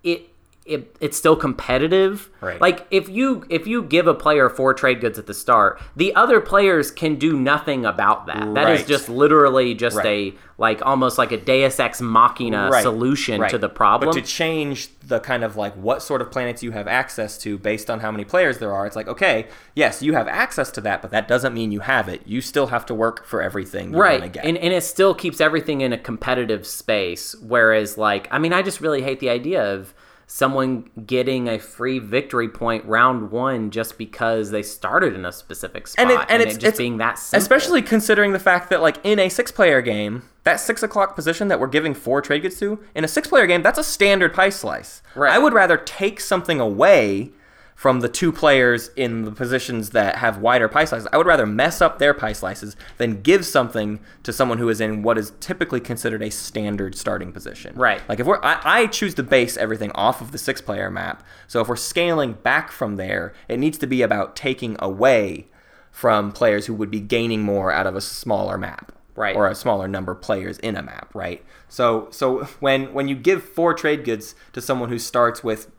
[SPEAKER 2] it it, it's still competitive.
[SPEAKER 1] Right.
[SPEAKER 2] Like if you if you give a player four trade goods at the start, the other players can do nothing about that. That is
[SPEAKER 1] Right.
[SPEAKER 2] just literally just
[SPEAKER 1] Right.
[SPEAKER 2] a like almost like a Deus Ex Machina
[SPEAKER 1] Right.
[SPEAKER 2] solution to
[SPEAKER 1] Right.
[SPEAKER 2] the problem.
[SPEAKER 1] But to change the kind of like what sort of planets you have access to based on how many players there are, it's like, okay, yes, you have access to that, but that doesn't mean you have it. You still have to work for everything you want to
[SPEAKER 2] right
[SPEAKER 1] get.
[SPEAKER 2] and, and it still keeps everything in a competitive space whereas like i mean i just really hate the idea of someone getting a free victory point round one just because they started in a specific spot
[SPEAKER 1] And
[SPEAKER 2] and,
[SPEAKER 1] it-
[SPEAKER 2] it,
[SPEAKER 1] and it's-
[SPEAKER 2] just
[SPEAKER 1] it's-
[SPEAKER 2] being that simple.
[SPEAKER 1] Especially considering the fact that, like, in a six player game, that six o'clock position that we're giving four trade goods to, in a six player game, that's a standard pie slice.
[SPEAKER 2] Right.
[SPEAKER 1] I would rather take something away from the two players in the positions that have wider pie slices. I would rather mess up their pie slices than give something to someone who is in what is typically considered a standard starting position.
[SPEAKER 2] Right.
[SPEAKER 1] Like, if we're, I, I choose to base everything off of the six player map. So if we're scaling back from there, it needs to be about taking away from players who would be gaining more out of a smaller map.
[SPEAKER 2] Right.
[SPEAKER 1] Or a smaller number of players in a map, right? So so when when you give four trade goods to someone who starts with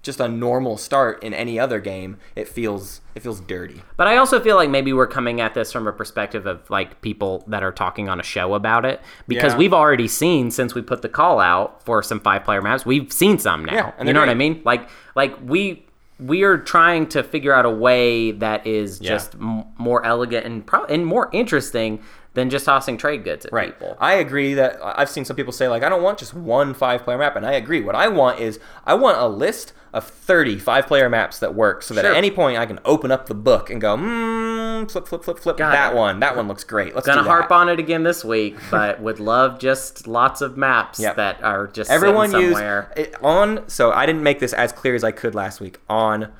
[SPEAKER 1] just a normal start in any other game, it feels it feels dirty.
[SPEAKER 2] But I also feel like maybe we're coming at this from a perspective of like people that are talking on a show about it because
[SPEAKER 1] Yeah.
[SPEAKER 2] we've already seen since we put the call out for some five player maps, we've seen some now.
[SPEAKER 1] Yeah, and
[SPEAKER 2] you know
[SPEAKER 1] they're
[SPEAKER 2] what I
[SPEAKER 1] great.
[SPEAKER 2] mean? Like like we we are trying to figure out a way that is just m- more elegant and pro- and more interesting than just tossing trade goods at people.
[SPEAKER 1] I agree that I've seen some people say like I don't want just one five-player map, and I agree. What I want is I want a list of 30 five-player maps that work, so that
[SPEAKER 2] Sure.
[SPEAKER 1] at any point I can open up the book and go, mm, flip, flip, flip, flip. that
[SPEAKER 2] it.
[SPEAKER 1] one, that one looks great. Let's
[SPEAKER 2] Gonna
[SPEAKER 1] do that.
[SPEAKER 2] harp on it again this week, but would love just lots of maps
[SPEAKER 1] Yep.
[SPEAKER 2] that are just
[SPEAKER 1] Everyone
[SPEAKER 2] sitting
[SPEAKER 1] use
[SPEAKER 2] somewhere.
[SPEAKER 1] it, on. So I didn't make this as clear as I could last week. On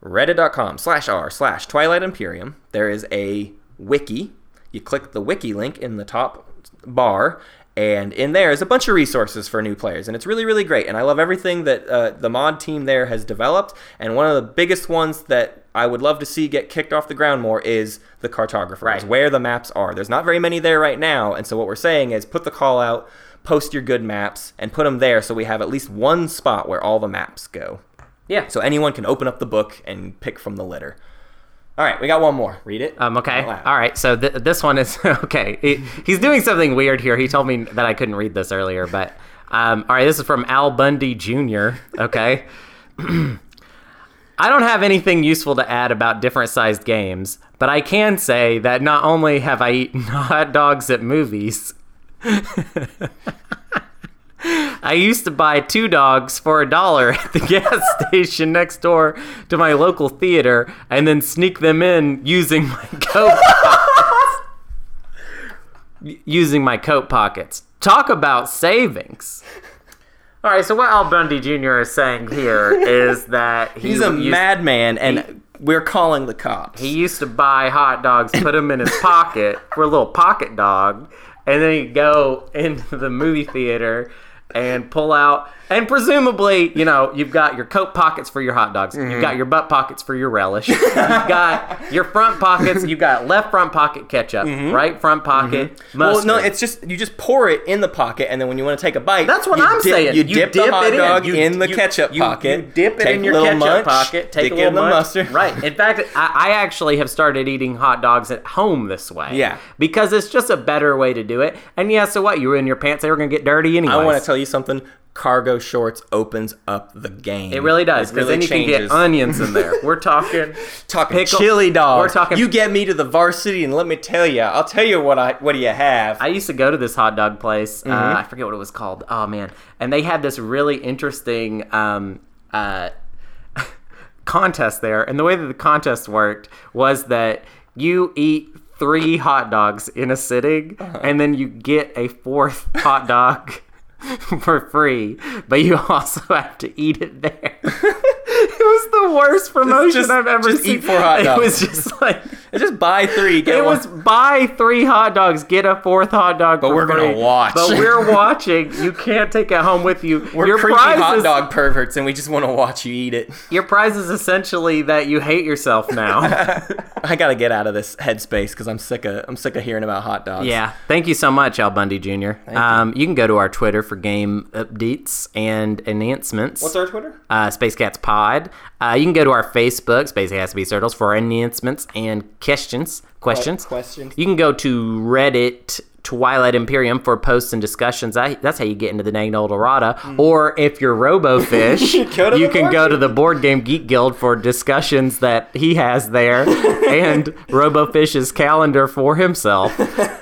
[SPEAKER 1] reddit.com slash r slash Twilight Imperium, there is a wiki. You click the wiki link in the top bar, and in there is a bunch of resources for new players. And it's really, really great. And I love everything that uh, the mod team there has developed. And one of the biggest ones that I would love to see get kicked off the ground more is the cartographer.
[SPEAKER 2] Right.
[SPEAKER 1] Where the maps are. There's not very many there right now, and so what we're saying is put the call out, post your good maps, and put them there so we have at least one spot where all the maps go.
[SPEAKER 2] yeah.
[SPEAKER 1] So anyone can open up the book and pick from the litter. All right, we got one more. Read it.
[SPEAKER 2] Um, okay.
[SPEAKER 1] Out loud.
[SPEAKER 2] All right. So th- this one is okay. He, he's doing something weird here. He told me that I couldn't read this earlier, but um, all right. This is from Al Bundy Jr. Okay. I don't have anything useful to add about different sized games, but I can say that not only have I eaten hot dogs at movies, I used to buy two dogs for a dollar at the gas station next door to my local theater and then sneak them in using my coat pockets. using my coat pockets. Talk about savings. All right, so what Al Bundy Jr. is saying here is that he
[SPEAKER 1] He's a
[SPEAKER 2] used-
[SPEAKER 1] madman, and we're calling the cops.
[SPEAKER 2] he used to buy hot dogs, put them in his pocket for a little pocket dog, and then he'd go into the movie theater and pull out. And presumably, you know, you've got your coat pockets for your hot dogs,
[SPEAKER 1] Mm-hmm.
[SPEAKER 2] you've got your butt pockets for your relish, you've got your front pockets, you've got left front pocket ketchup, right front pocket
[SPEAKER 1] Mm-hmm. well,
[SPEAKER 2] mustard.
[SPEAKER 1] no, it's just you just pour it in the pocket, and then when you want to take a bite,
[SPEAKER 2] That's what
[SPEAKER 1] you
[SPEAKER 2] I'm
[SPEAKER 1] dip-
[SPEAKER 2] saying.
[SPEAKER 1] You,
[SPEAKER 2] You
[SPEAKER 1] dip,
[SPEAKER 2] dip
[SPEAKER 1] the hot
[SPEAKER 2] it in.
[SPEAKER 1] dog
[SPEAKER 2] You-
[SPEAKER 1] the
[SPEAKER 2] you-
[SPEAKER 1] ketchup
[SPEAKER 2] you-
[SPEAKER 1] pocket.
[SPEAKER 2] You dip it
[SPEAKER 1] take
[SPEAKER 2] in your
[SPEAKER 1] a little
[SPEAKER 2] ketchup
[SPEAKER 1] munch,
[SPEAKER 2] pocket. Take
[SPEAKER 1] stick
[SPEAKER 2] a
[SPEAKER 1] it
[SPEAKER 2] little
[SPEAKER 1] in the
[SPEAKER 2] munch.
[SPEAKER 1] mustard.
[SPEAKER 2] Right. In fact, I, I actually have started eating hot dogs at home this way.
[SPEAKER 1] Yeah.
[SPEAKER 2] Because it's just a better way to do it. And yeah, so what? You were in your pants; they were gonna get dirty anyway.
[SPEAKER 1] I want to tell you something. Cargo shorts opens up the game.
[SPEAKER 2] It really does because then you can get onions in there. We're talking
[SPEAKER 1] talking
[SPEAKER 2] pickle-
[SPEAKER 1] chili dog.
[SPEAKER 2] We're talking
[SPEAKER 1] You get me to the varsity, and let me tell you, I'll tell you what I what do you have?
[SPEAKER 2] I used to go to this hot dog place.
[SPEAKER 1] Mm-hmm.
[SPEAKER 2] Uh, I forget what it was called. Oh man! And they had this really interesting um, uh, contest there. And the way that the contest worked was that you eat three hot dogs in a sitting,
[SPEAKER 1] Uh-huh.
[SPEAKER 2] and then you get a fourth hot dog for free. But you also have to eat it there. it was the worst promotion
[SPEAKER 1] just-
[SPEAKER 2] I've ever
[SPEAKER 1] just
[SPEAKER 2] seen.
[SPEAKER 1] eat four hot
[SPEAKER 2] It
[SPEAKER 1] dogs.
[SPEAKER 2] was just like.
[SPEAKER 1] it just buy three, get
[SPEAKER 2] It
[SPEAKER 1] one.
[SPEAKER 2] was buy three hot dogs, get a fourth hot dog. But
[SPEAKER 1] we're gonna watch.
[SPEAKER 2] But we're watching. You can't take it home with you.
[SPEAKER 1] We're
[SPEAKER 2] your
[SPEAKER 1] creepy
[SPEAKER 2] prize
[SPEAKER 1] hot
[SPEAKER 2] is,
[SPEAKER 1] dog perverts, and we just want to watch you eat it.
[SPEAKER 2] Your prize is essentially that you hate yourself now.
[SPEAKER 1] I gotta get out of this headspace because I'm sick of I'm sick of hearing about hot dogs.
[SPEAKER 2] yeah. Thank you so much, Al Bundy Jr. Um, you can go to our Twitter for game updates and enhancements.
[SPEAKER 1] What's our Twitter?
[SPEAKER 2] uh, Space Cats Pod. Uh, you can go to our Facebook, Space Cats Be Turtles, for enhancements and questions. Questions.
[SPEAKER 1] questions.
[SPEAKER 2] You can go to Reddit Twilight Imperium for posts and discussions. I, that's how you get into the dang old errata. Or if you're RoboFish, you,
[SPEAKER 1] go to the
[SPEAKER 2] can
[SPEAKER 1] board
[SPEAKER 2] go to the Board Game Geek Guild for discussions that he has there and RoboFish's calendar for himself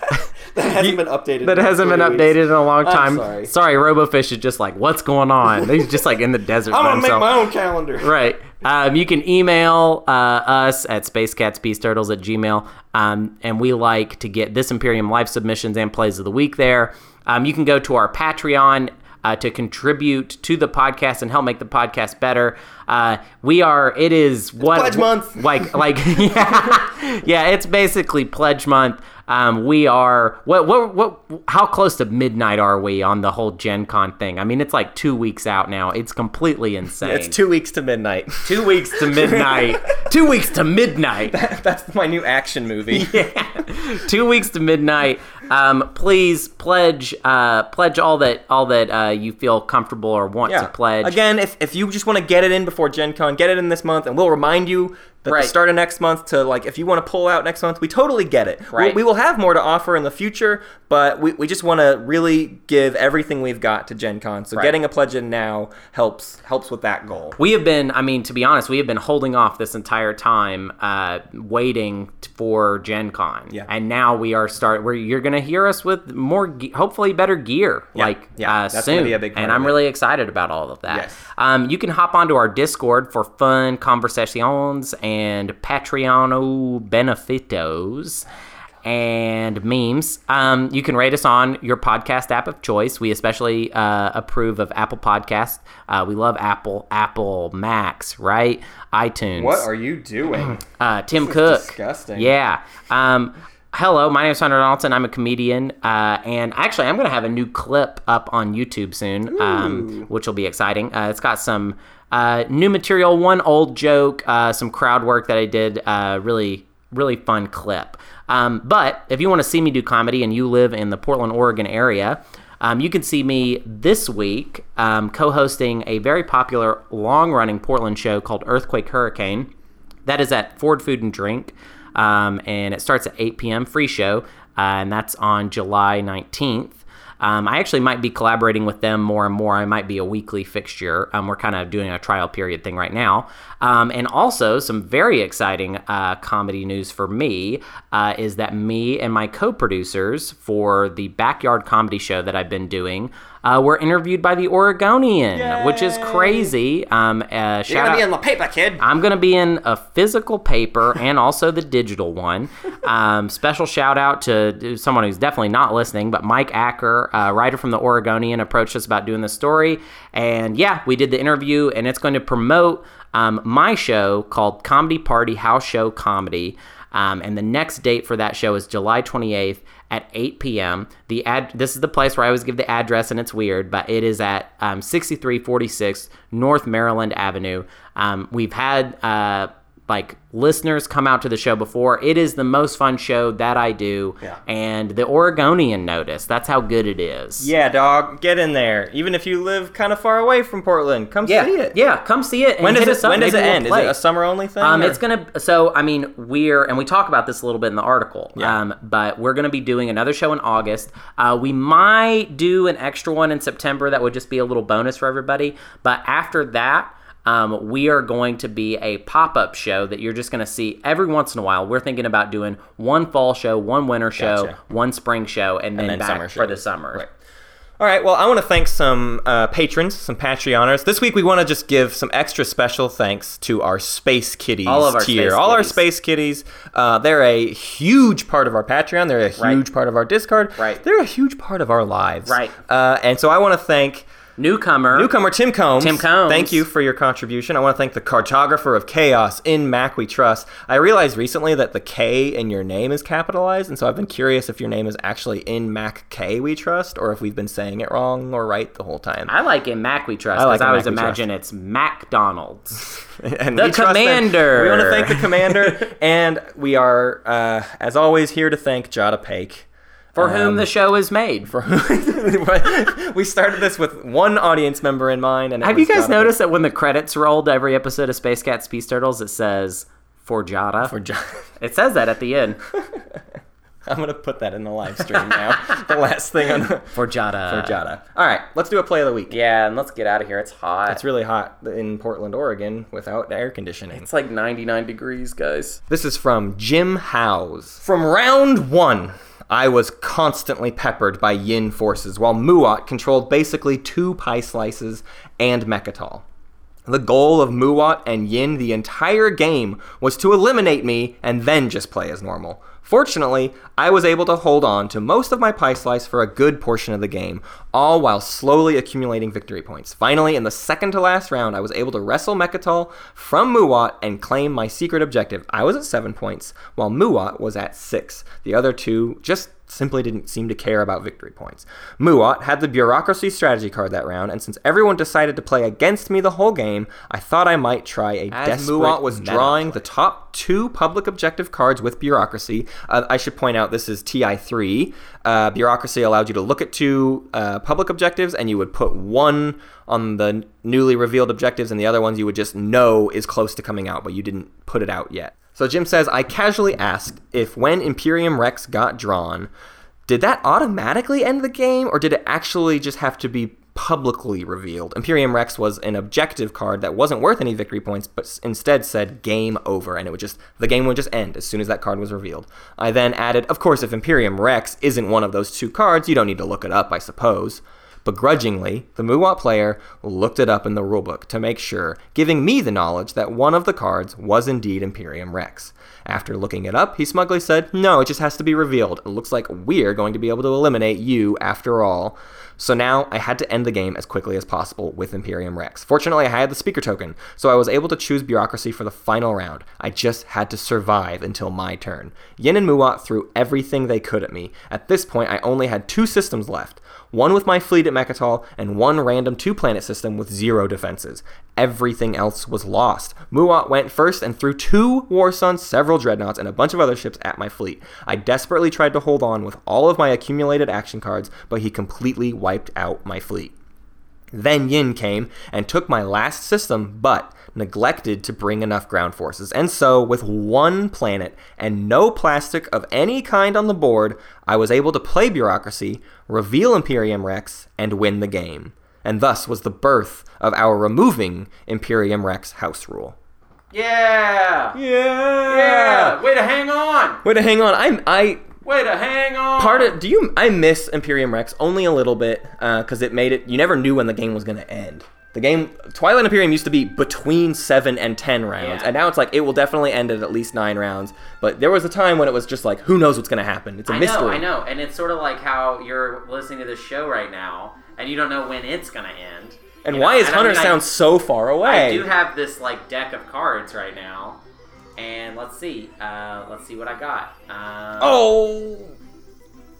[SPEAKER 3] That hasn't been updated.
[SPEAKER 2] that
[SPEAKER 3] in
[SPEAKER 2] hasn't been
[SPEAKER 3] three weeks.
[SPEAKER 2] updated in a long time.
[SPEAKER 3] sorry.
[SPEAKER 2] RoboFish is just like, what's going on? He's just like in the desert.
[SPEAKER 3] I'm
[SPEAKER 2] by
[SPEAKER 3] gonna make
[SPEAKER 2] himself
[SPEAKER 3] my own calendar.
[SPEAKER 2] right. Um, you can email uh, us at spacecatspeaceturtles at gmail. Um, and we like to get this Imperium live submissions and plays of the week there. Um, you can go to our Patreon. Uh, to contribute to the podcast and help make the podcast better, uh, we are. It is what
[SPEAKER 3] pledge month.
[SPEAKER 2] Like, like, yeah, yeah. It's basically pledge month. Um, we are. What, what, what? How close to midnight are we on the whole Gen Con thing? I mean, it's like two weeks out now. It's completely insane.
[SPEAKER 1] It's two weeks to midnight.
[SPEAKER 2] Two weeks to midnight. Two weeks to midnight.
[SPEAKER 1] That's my new action movie.
[SPEAKER 2] Two weeks to midnight. Um, please pledge, uh, pledge all that, all that uh, you feel comfortable or want to pledge.
[SPEAKER 1] Again, if, if you just want to get it in before Gen Con, get it in this month, and we'll remind you that
[SPEAKER 2] Right.
[SPEAKER 1] the start of next month to like if you want to pull out next month, we totally get it. We'll-
[SPEAKER 2] Right.
[SPEAKER 1] We, will have more to offer in the future, but we, we just want to really give everything we've got to Gen Con. So getting a pledge in now helps helps with that goal.
[SPEAKER 2] we have been i mean to be honest we have been holding off this entire time uh, waiting t- for gen con
[SPEAKER 1] Yeah.
[SPEAKER 2] and now we are start where you're gonna hear us with more ge- hopefully better gear like
[SPEAKER 1] yeah,
[SPEAKER 2] uh,
[SPEAKER 1] that's
[SPEAKER 2] soon
[SPEAKER 1] gonna be a big part
[SPEAKER 2] and
[SPEAKER 1] of
[SPEAKER 2] i'm
[SPEAKER 1] it.
[SPEAKER 2] really excited about all of that
[SPEAKER 1] Yes.
[SPEAKER 2] um, you can hop onto our discord for fun conversations and patreon benefitos and memes. Um, you can rate us on your podcast app of choice. We especially uh, approve of Apple Podcast. Uh, we love Apple, Apple Max, right? iTunes.
[SPEAKER 1] you doing?
[SPEAKER 2] uh, Tim Cook?
[SPEAKER 1] disgusting.
[SPEAKER 2] Yeah. Um, hello, my name is Hunter Donaldson. I'm a comedian, uh, and actually, I'm going to have a new clip up on YouTube soon, um, which will be exciting. Uh, it's got some uh, new material, one old joke, uh, some crowd work that I did. Uh, really, really fun clip. Um, but if you want to see me do comedy and you live in the Portland, Oregon area, um, you can see me this week um, co hosting a very popular long running Portland show called Earthquake Hurricane. That is at Ford Food and Drink, um, and it starts at 8 p.m. free show, uh, and that's on July 19th. Um, I actually might be collaborating with them more and more. I might be a weekly fixture. Um, we're kind of doing a trial period thing right now. Um, and also, some very exciting uh, comedy news for me uh, is that me and my co producers for the Backyard Comedy Show that I've been doing uh, were interviewed by The Oregonian, which is crazy. Um, uh, shout out-
[SPEAKER 1] the paper, kid.
[SPEAKER 2] I'm going to be in a physical paper and also the digital one. Um, special shout out to someone who's definitely not listening, but Mike Acker, a writer from the Oregonian, approached us about doing this story. And yeah, we did the interview, and it's going to promote um, my show called Comedy Party House Show Comedy. Um, and the next date for that show is July 28th at 8 p.m. The ad this is the place where I always give the address, and it's weird, but it is at um, 6346 North Maryland Avenue. Um, we've had uh, like listeners come out to the show before. It is the most fun show that I do, and the Oregonian noticed. That's how good it is.
[SPEAKER 1] Yeah, dog, get in there. Even if you live kind of far away from Portland, come
[SPEAKER 2] yeah,
[SPEAKER 1] see it.
[SPEAKER 2] yeah. Come see it. And
[SPEAKER 1] When does
[SPEAKER 2] hit
[SPEAKER 1] it,
[SPEAKER 2] us up.
[SPEAKER 1] when does it
[SPEAKER 2] Maybe we'll
[SPEAKER 1] end? Is
[SPEAKER 2] play.
[SPEAKER 1] it a summer only thing?
[SPEAKER 2] Um,
[SPEAKER 1] or-
[SPEAKER 2] it's gonna. So I mean, we're and we talk about this a little bit in the article.
[SPEAKER 1] Yeah.
[SPEAKER 2] Um, but we're gonna be doing another show in August. Uh, we might do an extra one in September. That would just be a little bonus for everybody. But after that. Um, we are going to be a pop-up show that you're just going to see every once in a while. We're thinking about doing one fall show, one winter show,
[SPEAKER 1] Gotcha.
[SPEAKER 2] one spring show, and then,
[SPEAKER 1] then
[SPEAKER 2] back
[SPEAKER 1] summer
[SPEAKER 2] for
[SPEAKER 1] show.
[SPEAKER 2] the summer.
[SPEAKER 1] Right. All right. Well, I want to thank some uh, patrons, some Patreoners. This week, we want to just give some extra special thanks to our Space Kitties
[SPEAKER 2] All of our
[SPEAKER 1] tier.
[SPEAKER 2] Space
[SPEAKER 1] All our
[SPEAKER 2] Kitties.
[SPEAKER 1] Space Kitties. Uh, they're a huge part of our Patreon. They're a huge part of our Discord.
[SPEAKER 2] Right.
[SPEAKER 1] They're a huge part of our lives.
[SPEAKER 2] Right.
[SPEAKER 1] Uh, and so I want to thank
[SPEAKER 2] Newcomer.
[SPEAKER 1] Newcomer Tim Combs.
[SPEAKER 2] Tim Combs.
[SPEAKER 1] Thank you for your contribution. I want to thank the cartographer of chaos in Mac We Trust. I realized recently that the K in your name is capitalized, and so I've been curious if your name is actually in Mac K We Trust or if we've been saying it wrong or right the whole time.
[SPEAKER 2] I like in Mac we trust
[SPEAKER 1] I like
[SPEAKER 2] because I,
[SPEAKER 1] in
[SPEAKER 2] always
[SPEAKER 1] Mac we
[SPEAKER 2] imagine it's McDonald's.
[SPEAKER 1] and
[SPEAKER 2] The
[SPEAKER 1] we trust them.
[SPEAKER 2] commander.
[SPEAKER 1] We want to thank the commander, and we are, uh, as always, here to thank Jada Pake.
[SPEAKER 2] For
[SPEAKER 1] Um,
[SPEAKER 2] whom the show is made.
[SPEAKER 1] we started this with one audience member in mind, and it
[SPEAKER 2] Have you
[SPEAKER 1] was
[SPEAKER 2] guys
[SPEAKER 1] Jada
[SPEAKER 2] noticed that when the credits rolled every episode of Space Cats Peace Turtles, it says for Jada?
[SPEAKER 1] Pake. Jada-
[SPEAKER 2] it says that at the end.
[SPEAKER 1] I'm gonna put that in the live stream now. the last thing on the
[SPEAKER 2] For Jada.
[SPEAKER 1] Jada. All right, let's do a play of the week.
[SPEAKER 2] Yeah, and let's get out of here. It's hot.
[SPEAKER 1] It's really hot in Portland, Oregon, without air conditioning.
[SPEAKER 2] It's like 99 degrees, guys.
[SPEAKER 1] This is from Jim Howes. From round one, I was constantly peppered by Yin forces, while Muat controlled basically two pie slices and Mechatol. The goal of Muat and Yin the entire game was to eliminate me and then just play as normal. Fortunately, I was able to hold on to most of my pie slice for a good portion of the game, all while slowly accumulating victory points. Finally, in the second to last round, I was able to wrestle Mechatol from Muat and claim my secret objective. I was at seven points, while Muat was at six. The other two just simply didn't seem to care about victory points. Muat had the bureaucracy strategy card that round, and since everyone decided to play against me the whole game, I thought I might try a
[SPEAKER 2] As
[SPEAKER 1] desperate
[SPEAKER 2] Muat was
[SPEAKER 1] meta
[SPEAKER 2] drawing
[SPEAKER 1] drawing the top two public objective cards with bureaucracy. Uh, I should point out this is TI3. Uh, bureaucracy allowed you to look at two uh, public objectives, and you would put one on the n- newly revealed objectives, and the other ones you would just know is close to coming out, but you didn't put it out yet. So Jim says, I casually asked if when Imperium Rex got drawn, did that automatically end the game, or did it actually just have to be publicly revealed? Imperium Rex was an objective card that wasn't worth any victory points, but s- instead said game over, and it would just the game would just end as soon as that card was revealed. I then added, of course, if Imperium Rex isn't one of those two cards, you don't need to look it up, I suppose. Begrudgingly, the Muwat player looked it up in the rulebook to make sure, giving me the knowledge that one of the cards was indeed Imperium Rex. After looking it up, he smugly said, No, it just has to be revealed. It looks like we're going to be able to eliminate you after all. So now I had to end the game as quickly as possible with Imperium Rex. Fortunately, I had the speaker token, so I was able to choose bureaucracy for the final round. I just had to survive until my turn. Yin and Muat threw everything they could at me. At this point, I only had two systems left one with my fleet at Mechatol, and one random two planet system with zero defenses. Everything else was lost. Muat went first and threw two War Suns, several Dreadnoughts, and a bunch of other ships at my fleet. I desperately tried to hold on with all of my accumulated action cards, but he completely wiped out my fleet. Then Yin came and took my last system, but neglected to bring enough ground forces. And so, with one planet and no plastic of any kind on the board, I was able to play Bureaucracy, reveal Imperium Rex, and win the game. And thus was the birth of our removing Imperium Rex house rule.
[SPEAKER 2] Yeah! Yeah! Way to hang on!
[SPEAKER 1] Wait, hang on. I'm I
[SPEAKER 2] Way to hang on!
[SPEAKER 1] part of do you i miss imperium rex only a little bit because it made it you never knew when the game was going to end the game twilight imperium used to be between 7 and 10 rounds
[SPEAKER 2] Yeah.
[SPEAKER 1] and now it's like it will definitely end at at least 9 rounds but there was a time when it was just like who knows what's going to happen it's a
[SPEAKER 2] I
[SPEAKER 1] mystery
[SPEAKER 2] know, I know. And it's sort of like how you're listening to this show right now and you don't know when it's going to end.
[SPEAKER 1] and
[SPEAKER 2] You
[SPEAKER 1] why
[SPEAKER 2] know,
[SPEAKER 1] is
[SPEAKER 2] and I
[SPEAKER 1] hunter
[SPEAKER 2] mean, I-
[SPEAKER 1] sound so far away
[SPEAKER 2] I do have this like deck of cards right now, and let's see, uh, let's see what I got. Um,
[SPEAKER 1] oh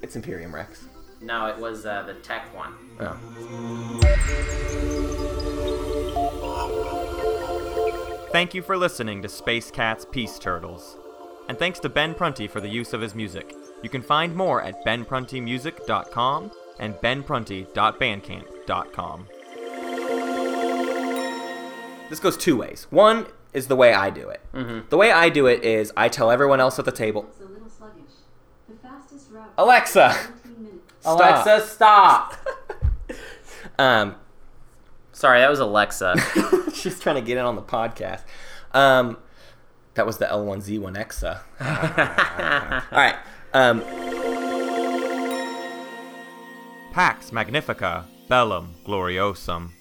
[SPEAKER 1] it's imperium rex
[SPEAKER 2] no, it was uh, the tech one.
[SPEAKER 1] oh
[SPEAKER 4] Thank you for listening to Space Cats Peace Turtles. And thanks to Ben Prunty for the use of his music. You can find more at benpruntymusic.com and benprunty.bandcamp.com.
[SPEAKER 1] this goes two ways. One is the way I do it. The way I do it is I tell everyone else at the table,
[SPEAKER 5] It's a little sluggish. The fastest route.
[SPEAKER 1] Alexa,
[SPEAKER 5] 17 minutes.
[SPEAKER 1] stop.
[SPEAKER 2] Alexa, stop!
[SPEAKER 1] Um,
[SPEAKER 2] Sorry, that was Alexa.
[SPEAKER 1] she's trying to get in on the podcast. Um, that was the L1Z1Xa. All uh. right. Um,
[SPEAKER 4] Pax Magnifica, Bellum Gloriosum.